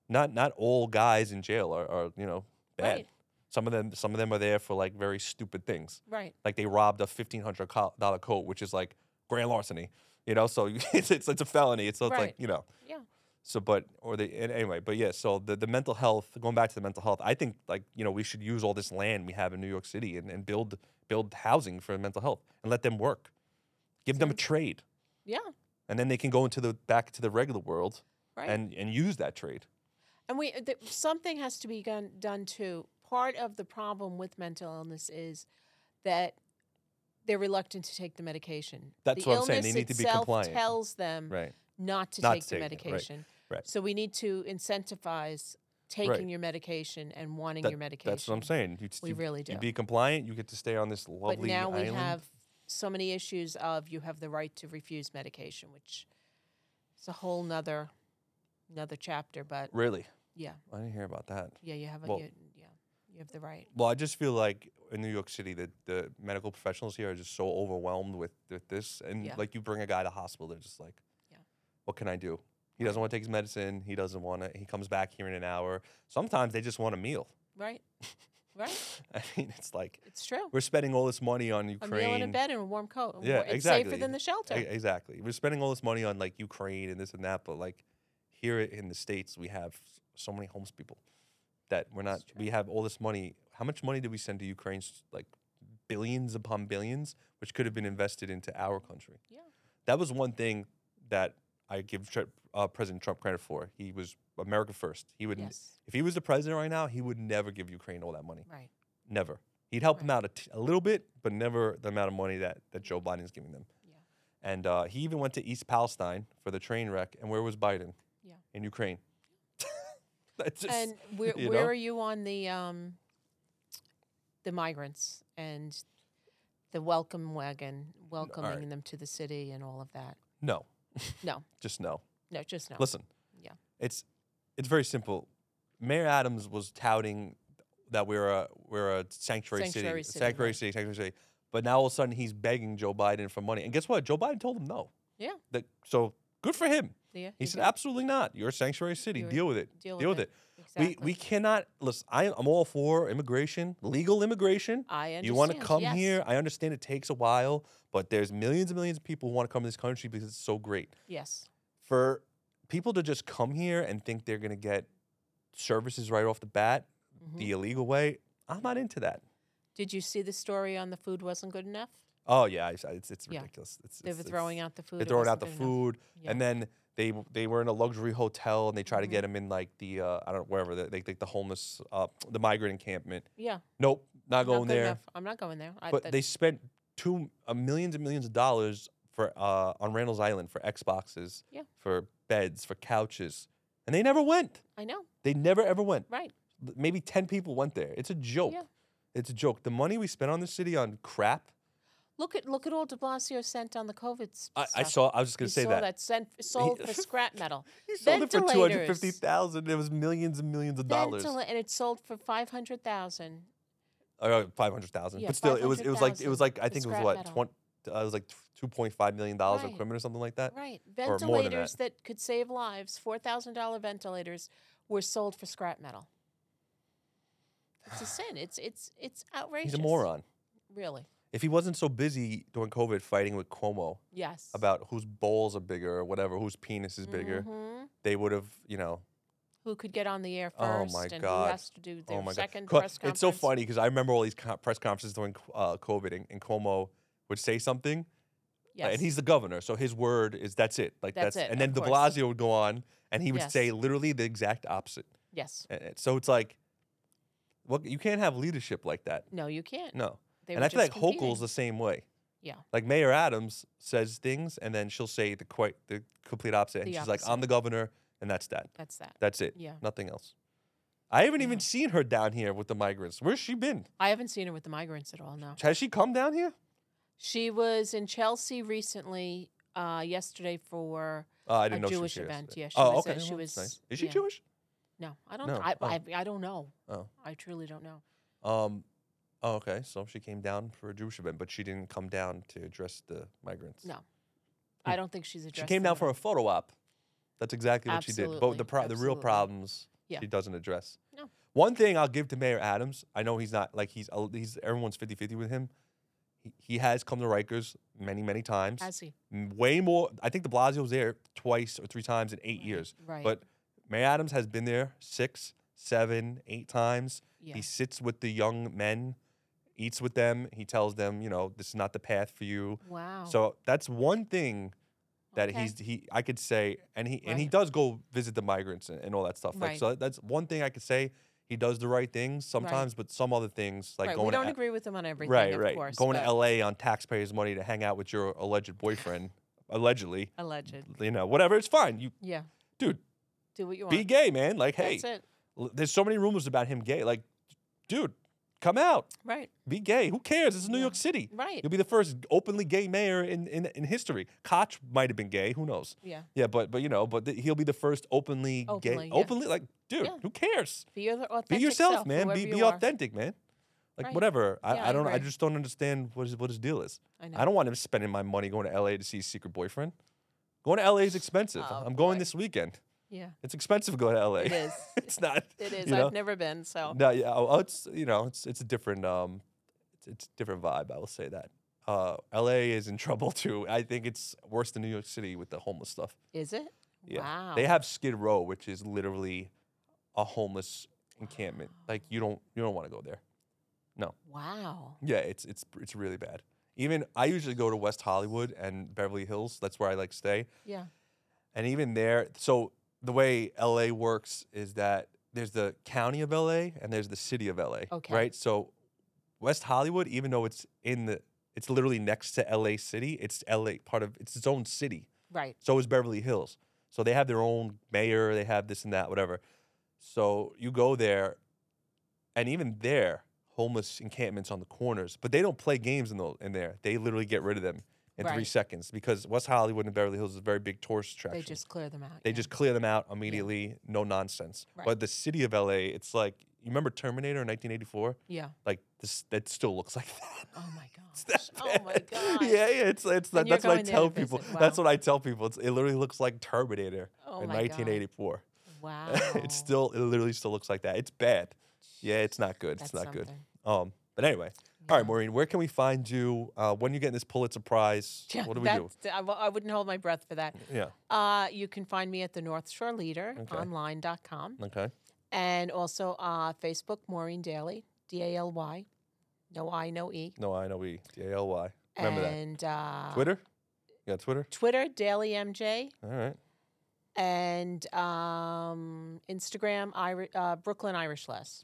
Speaker 1: not not all guys in jail are, are you know bad.
Speaker 2: Right.
Speaker 1: Some of them some of them are there for like very stupid things.
Speaker 2: Right.
Speaker 1: Like they robbed a fifteen hundred dollar coat, which is like grand larceny. You know, so it's, it's it's a felony. It's, so it's like
Speaker 2: Right.
Speaker 1: you know.
Speaker 2: Yeah.
Speaker 1: So, but or the and anyway, but yeah. So the the mental health. Going back to the mental health, I think like you know we should use all this land we have in New York City and, and build build housing for mental health and let them work. Give them a trade,
Speaker 2: Yeah.
Speaker 1: and then they can go into the back to the regular world
Speaker 2: Right.
Speaker 1: and and use that trade.
Speaker 2: And we th- something has to be done, done too. Part of the problem with mental illness is that they're reluctant to take the medication.
Speaker 1: That's
Speaker 2: the
Speaker 1: what I'm saying. They
Speaker 2: illness
Speaker 1: need to be
Speaker 2: itself
Speaker 1: compliant.
Speaker 2: Tells them
Speaker 1: Right.
Speaker 2: not to
Speaker 1: Not
Speaker 2: take
Speaker 1: to
Speaker 2: the
Speaker 1: take it, right,
Speaker 2: medication.
Speaker 1: right.
Speaker 2: So we need to incentivize taking your medication and wanting
Speaker 1: That-
Speaker 2: your medication.
Speaker 1: That's what I'm saying. You,
Speaker 2: We
Speaker 1: you-
Speaker 2: really
Speaker 1: You
Speaker 2: do.
Speaker 1: be compliant. You get to stay on this lovely
Speaker 2: But now we
Speaker 1: island.
Speaker 2: have so many issues of you have the right to refuse medication, which is a whole nother another chapter. But
Speaker 1: really.
Speaker 2: yeah,
Speaker 1: I didn't hear about that.
Speaker 2: yeah, you have a,
Speaker 1: Well-
Speaker 2: you, yeah, you have the right.
Speaker 1: Well, I just feel like in New York City, the, the medical professionals here are just so overwhelmed with, with this. And
Speaker 2: Yeah.
Speaker 1: like you bring a guy to hospital, they're just like,
Speaker 2: Yeah.
Speaker 1: what can I do? He doesn't want to take his medicine. He doesn't want to. He comes back here in an hour. Sometimes they just want a meal.
Speaker 2: Right. Right.
Speaker 1: I mean, it's like
Speaker 2: It's true.
Speaker 1: we're spending all this money on
Speaker 2: A
Speaker 1: Ukraine.
Speaker 2: meal and a bed and a warm coat.
Speaker 1: Yeah,
Speaker 2: it's
Speaker 1: exactly.
Speaker 2: safer than the shelter.
Speaker 1: E- exactly. We're spending all this money on like Ukraine and this and that, but like here in the states, we have s- so many homeless people that we're not.
Speaker 2: That's true.
Speaker 1: We have all this money. How much money did we send to Ukraine? S- Like billions upon billions, which could have been invested into our country.
Speaker 2: Yeah.
Speaker 1: That was one thing that I give Tr- uh, President Trump credit for. He was America first. He would, not
Speaker 2: yes.
Speaker 1: if he was the president right now, he would never give Ukraine all that money.
Speaker 2: Right.
Speaker 1: Never. He'd help them out a, t- a little bit, but never the amount of money that, that Joe Biden's giving them.
Speaker 2: Yeah.
Speaker 1: And uh, he even went to East Palestine for the train wreck. And where was Biden?
Speaker 2: Yeah.
Speaker 1: In Ukraine. That's just.
Speaker 2: and where,
Speaker 1: you
Speaker 2: where
Speaker 1: know?
Speaker 2: are you on the um, the migrants and the welcome wagon, welcoming them to the city and all of that?
Speaker 1: no.
Speaker 2: No.
Speaker 1: Just no.
Speaker 2: No, just no.
Speaker 1: Listen.
Speaker 2: Yeah.
Speaker 1: It's it's very simple. Mayor Adams was touting that we're a we're a sanctuary,
Speaker 2: Sanctuary city,
Speaker 1: sanctuary
Speaker 2: right.
Speaker 1: city, sanctuary city. But now all of a sudden he's begging Joe Biden for money. And guess what? Joe Biden told him no.
Speaker 2: Yeah.
Speaker 1: That, so good for him.
Speaker 2: yeah,
Speaker 1: He
Speaker 2: you
Speaker 1: said,
Speaker 2: go.
Speaker 1: absolutely not. You're a sanctuary city.
Speaker 2: You're-
Speaker 1: deal with it. Deal,
Speaker 2: deal
Speaker 1: with
Speaker 2: with
Speaker 1: it.
Speaker 2: Exactly.
Speaker 1: We we cannot listen. I, I'm all for immigration, legal immigration.
Speaker 2: I understand.
Speaker 1: You want to come
Speaker 2: yes.
Speaker 1: here? I understand it takes a while, but there's millions and millions of people who want to come to this country because it's so great.
Speaker 2: Yes.
Speaker 1: For people to just come here and think they're gonna get services right off the bat
Speaker 2: Mhm.
Speaker 1: the illegal way, I'm not into that.
Speaker 2: Did you see the story on the food wasn't good enough?
Speaker 1: Oh yeah, I- it's it's
Speaker 2: Yeah.
Speaker 1: ridiculous. It's,
Speaker 2: They
Speaker 1: it's-
Speaker 2: were
Speaker 1: it's-
Speaker 2: throwing out the food.
Speaker 1: They're
Speaker 2: it
Speaker 1: throwing out
Speaker 2: wasn't
Speaker 1: the
Speaker 2: good enough.
Speaker 1: food,
Speaker 2: Yeah.
Speaker 1: and then they w- they were in a luxury hotel, and they try to
Speaker 2: Mhm.
Speaker 1: get them in like the uh, I don't know wherever the, like, like the homeless uh, the migrant encampment.
Speaker 2: Yeah.
Speaker 1: Nope, not
Speaker 2: Not
Speaker 1: going
Speaker 2: good
Speaker 1: there.
Speaker 2: enough. I'm not going there. I,
Speaker 1: But
Speaker 2: that-
Speaker 1: they spent two uh, millions and millions of dollars for uh, on Randall's Island for Xboxes,
Speaker 2: Yeah.
Speaker 1: for beds, for couches, and they never went.
Speaker 2: I know.
Speaker 1: They never ever went.
Speaker 2: Right.
Speaker 1: L- Maybe ten people went there. It's a joke. It's a joke. The money we spent on this city on crap.
Speaker 2: Look at look at all De Blasio sent on the COVID. s-
Speaker 1: I, I
Speaker 2: stuff.
Speaker 1: saw. I was just gonna
Speaker 2: He
Speaker 1: say
Speaker 2: saw
Speaker 1: that.
Speaker 2: sent, sold for scrap metal.
Speaker 1: He sold it for two hundred fifty
Speaker 2: Ventilators.
Speaker 1: thousand. It was millions and millions of dollars.
Speaker 2: Ventila- and it sold for five hundred thousand.
Speaker 1: or Oh, five hundred thousand.
Speaker 2: Yeah,
Speaker 1: but still, it was it was like it was
Speaker 2: 500,000
Speaker 1: like I
Speaker 2: for
Speaker 1: think it was
Speaker 2: scrap
Speaker 1: what
Speaker 2: metal.
Speaker 1: twenty. Uh, it was like two point five million dollars of
Speaker 2: Right.
Speaker 1: equipment or something like that.
Speaker 2: Right.
Speaker 1: Or more than
Speaker 2: Ventilators that. could save lives, four thousand dollar ventilators, were sold for scrap metal. It's a sin. It's it's it's outrageous.
Speaker 1: He's a moron.
Speaker 2: Really.
Speaker 1: If he wasn't so busy during COVID fighting with Cuomo
Speaker 2: Yes.
Speaker 1: about whose balls are bigger or whatever, whose penis is bigger,
Speaker 2: Mhm.
Speaker 1: they would have, you know.
Speaker 2: Who could get on the air
Speaker 1: Oh,
Speaker 2: first
Speaker 1: my
Speaker 2: and
Speaker 1: God.
Speaker 2: who has to do the
Speaker 1: oh my
Speaker 2: second
Speaker 1: god,
Speaker 2: press
Speaker 1: Cu- it's
Speaker 2: conference?
Speaker 1: so funny because I remember all these co- press conferences during uh, COVID, and, and Cuomo would say something, uh,
Speaker 2: Yes.
Speaker 1: and he's the governor, so his word is that's it. Like that's,
Speaker 2: That's it,
Speaker 1: And then
Speaker 2: of
Speaker 1: De
Speaker 2: course.
Speaker 1: Blasio would go on, and he would
Speaker 2: Yes.
Speaker 1: say literally the exact opposite.
Speaker 2: yes.
Speaker 1: And- and So it's like, well, you can't have leadership like that.
Speaker 2: No, you can't.
Speaker 1: No.
Speaker 2: They
Speaker 1: and
Speaker 2: were
Speaker 1: I feel like
Speaker 2: just
Speaker 1: Hochul's
Speaker 2: competing.
Speaker 1: the same way.
Speaker 2: Yeah.
Speaker 1: Like Mayor Adams says things, and then she'll say the quite the complete opposite. And
Speaker 2: The
Speaker 1: she's like, "I'm the governor," and that's that.
Speaker 2: That's that.
Speaker 1: That's it.
Speaker 2: Yeah.
Speaker 1: Nothing else. I haven't even seen her down here with the migrants. Where's she been?
Speaker 2: I haven't seen her with the migrants at all. No.
Speaker 1: Has she come down here?
Speaker 2: She was in Chelsea recently, uh, yesterday for
Speaker 1: Oh, I
Speaker 2: a
Speaker 1: didn't know
Speaker 2: Jewish
Speaker 1: she was here
Speaker 2: event.
Speaker 1: yesterday.
Speaker 2: Yeah, she
Speaker 1: oh,
Speaker 2: was, uh,
Speaker 1: okay.
Speaker 2: she
Speaker 1: well, that's
Speaker 2: was-
Speaker 1: nice. Is she
Speaker 2: yeah.
Speaker 1: Jewish?
Speaker 2: no, I don't,
Speaker 1: No,
Speaker 2: I,
Speaker 1: oh.
Speaker 2: I, I don't know.
Speaker 1: Oh.
Speaker 2: I truly don't know.
Speaker 1: Um. Oh, okay. So she came down for a Jewish event, but she didn't come down to address the migrants.
Speaker 2: No, I don't think she's addressed.
Speaker 1: Hmm. She came
Speaker 2: them
Speaker 1: down
Speaker 2: at
Speaker 1: for
Speaker 2: all.
Speaker 1: a photo op. That's exactly what she did. But the
Speaker 2: Absolutely,
Speaker 1: pro- the real
Speaker 2: absolutely.
Speaker 1: problems
Speaker 2: Yeah.
Speaker 1: she doesn't address.
Speaker 2: No.
Speaker 1: uh, One thing I'll give to Mayor Adams, I know he's not like he's a- he's everyone's 50-50 with him. He, he has come to Rikers many, many times.
Speaker 2: Has he?
Speaker 1: M- Way more. I think De Blasio was there twice or three times in eight years.
Speaker 2: Right.
Speaker 1: But Mayor Adams has been there six, seven, eight times.
Speaker 2: yeah.
Speaker 1: He sits with the young men, eats with them. He tells them, you know, this is not the path for you.
Speaker 2: Wow.
Speaker 1: So that's one thing that
Speaker 2: Oh. Okay.
Speaker 1: he's he I could say, and he and he
Speaker 2: Right.
Speaker 1: does go visit the migrants and, and all that stuff. Like
Speaker 2: Right.
Speaker 1: so, that's one thing I could say. He does the right things sometimes, but some other things like
Speaker 2: right.
Speaker 1: going
Speaker 2: we don't
Speaker 1: to,
Speaker 2: agree with him on everything,
Speaker 1: right,
Speaker 2: of
Speaker 1: right,
Speaker 2: course.
Speaker 1: going
Speaker 2: but
Speaker 1: to L.A. on taxpayers' money to hang out with your alleged boyfriend, allegedly,
Speaker 2: Alleged.
Speaker 1: you know, whatever. It's fine. You
Speaker 2: Yeah.
Speaker 1: Dude,
Speaker 2: do what you want.
Speaker 1: be gay, man. Like, hey,
Speaker 2: That's it.
Speaker 1: l- there's so many rumors about him gay. Like, dude, come out,
Speaker 2: Right.
Speaker 1: be gay. Who cares? It's New
Speaker 2: Yeah.
Speaker 1: York City.
Speaker 2: Right.
Speaker 1: You'll be the first openly gay mayor in, in, in history. Koch might have been gay. Who knows?
Speaker 2: Yeah.
Speaker 1: Yeah, but but you know, but th- he'll be the first openly, gay,
Speaker 2: Openly, yeah.
Speaker 1: openly like, dude,
Speaker 2: Yeah.
Speaker 1: who cares?
Speaker 2: Be your authentic
Speaker 1: Be yourself,
Speaker 2: self,
Speaker 1: man. Be
Speaker 2: whoever
Speaker 1: be
Speaker 2: you are.
Speaker 1: authentic, man. Like
Speaker 2: Right.
Speaker 1: whatever. I,
Speaker 2: Yeah,
Speaker 1: I
Speaker 2: I
Speaker 1: don't. I
Speaker 2: agree.
Speaker 1: just don't understand what his what his deal is.
Speaker 2: I know.
Speaker 1: I don't want him spending my money going to L.A. to see his secret boyfriend. Going to L.A. is expensive.
Speaker 2: Oh,
Speaker 1: I'm going
Speaker 2: boy.
Speaker 1: this weekend.
Speaker 2: Yeah.
Speaker 1: It's expensive to go to L.A.
Speaker 2: It is.
Speaker 1: it's not.
Speaker 2: It is.
Speaker 1: you know?
Speaker 2: I've never been, so
Speaker 1: No, yeah, oh, it's you know, it's it's a different um, it's, it's a different vibe. I will say that. Uh, L.A. is in trouble too. I think it's worse than New York City with the homeless stuff.
Speaker 2: is it?
Speaker 1: Yeah.
Speaker 2: Wow.
Speaker 1: They have Skid Row, which is literally a homeless encampment. Like you don't you don't want to go there.
Speaker 2: wow.
Speaker 1: Yeah, it's it's it's really bad. Even I usually go to West Hollywood and Beverly Hills. That's where I like stay.
Speaker 2: Yeah.
Speaker 1: And even there, so the way LA works is that there's the county of LA and there's the city of LA.
Speaker 2: Okay.
Speaker 1: Right? So West Hollywood, even though it's in the it's literally next to LA City, it's LA part of it's its own city.
Speaker 2: Right.
Speaker 1: So is Beverly Hills. So they have their own mayor, they have this and that, whatever. So you go there, and even there, homeless encampments on the corners, but they don't play games in, those in there. They literally get rid of them in three
Speaker 2: Right.
Speaker 1: seconds because West Hollywood and Beverly Hills is a very big tourist attraction.
Speaker 2: They just clear them out.
Speaker 1: They
Speaker 2: yeah.
Speaker 1: just clear them out immediately, no nonsense.
Speaker 2: Right.
Speaker 1: But the city of LA, it's like, you remember Terminator in 1984?
Speaker 2: Yeah.
Speaker 1: Like, this, that still looks like that.
Speaker 2: Oh my gosh.
Speaker 1: It's that
Speaker 2: oh my
Speaker 1: bad.
Speaker 2: gosh.
Speaker 1: Yeah, yeah, it's it's that,
Speaker 2: And you're
Speaker 1: that's what I
Speaker 2: going there
Speaker 1: tell
Speaker 2: to
Speaker 1: people.
Speaker 2: visit.
Speaker 1: That's
Speaker 2: Wow.
Speaker 1: what I tell people. It's, it literally looks like Terminator
Speaker 2: Oh
Speaker 1: in
Speaker 2: my God.
Speaker 1: 1984.
Speaker 2: Wow.
Speaker 1: it's still it literally still looks like that. It's bad. Yeah, it's not good.
Speaker 2: That's
Speaker 1: it's not good.
Speaker 2: something.
Speaker 1: Um, but anyway, all
Speaker 2: Yeah.
Speaker 1: right, Maureen, where can we find you? Uh, when you getting this Pulitzer Prize?
Speaker 2: Yeah,
Speaker 1: what do we do?
Speaker 2: that's- I, w- I wouldn't hold my breath for that.
Speaker 1: Yeah.
Speaker 2: Uh, you can find me at the North Shore Leader
Speaker 1: Okay.
Speaker 2: online.com
Speaker 1: Okay.
Speaker 2: and also uh, Facebook Maureen Daly D A L Y, no I no E.
Speaker 1: No, I know we D A L Y. Remember
Speaker 2: and uh,
Speaker 1: that. Twitter. You got Twitter.
Speaker 2: Twitter Daily MJ
Speaker 1: All right.
Speaker 2: and um, Instagram Iri- uh, Brooklyn Irish Less.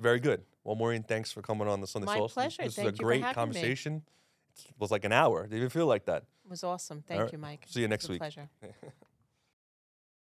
Speaker 1: Very good. Well, Maureen, thanks for coming on the Sunday
Speaker 2: My
Speaker 1: Sauce.
Speaker 2: pleasure.
Speaker 1: This
Speaker 2: Thank
Speaker 1: is
Speaker 2: you
Speaker 1: a
Speaker 2: for
Speaker 1: great
Speaker 2: having me.
Speaker 1: conversation. It was like an hour. Did you feel like that?
Speaker 2: It was awesome.
Speaker 1: All
Speaker 2: Thank
Speaker 1: right.
Speaker 2: you, Mike.
Speaker 1: See you next
Speaker 2: It's a
Speaker 1: week.
Speaker 2: pleasure.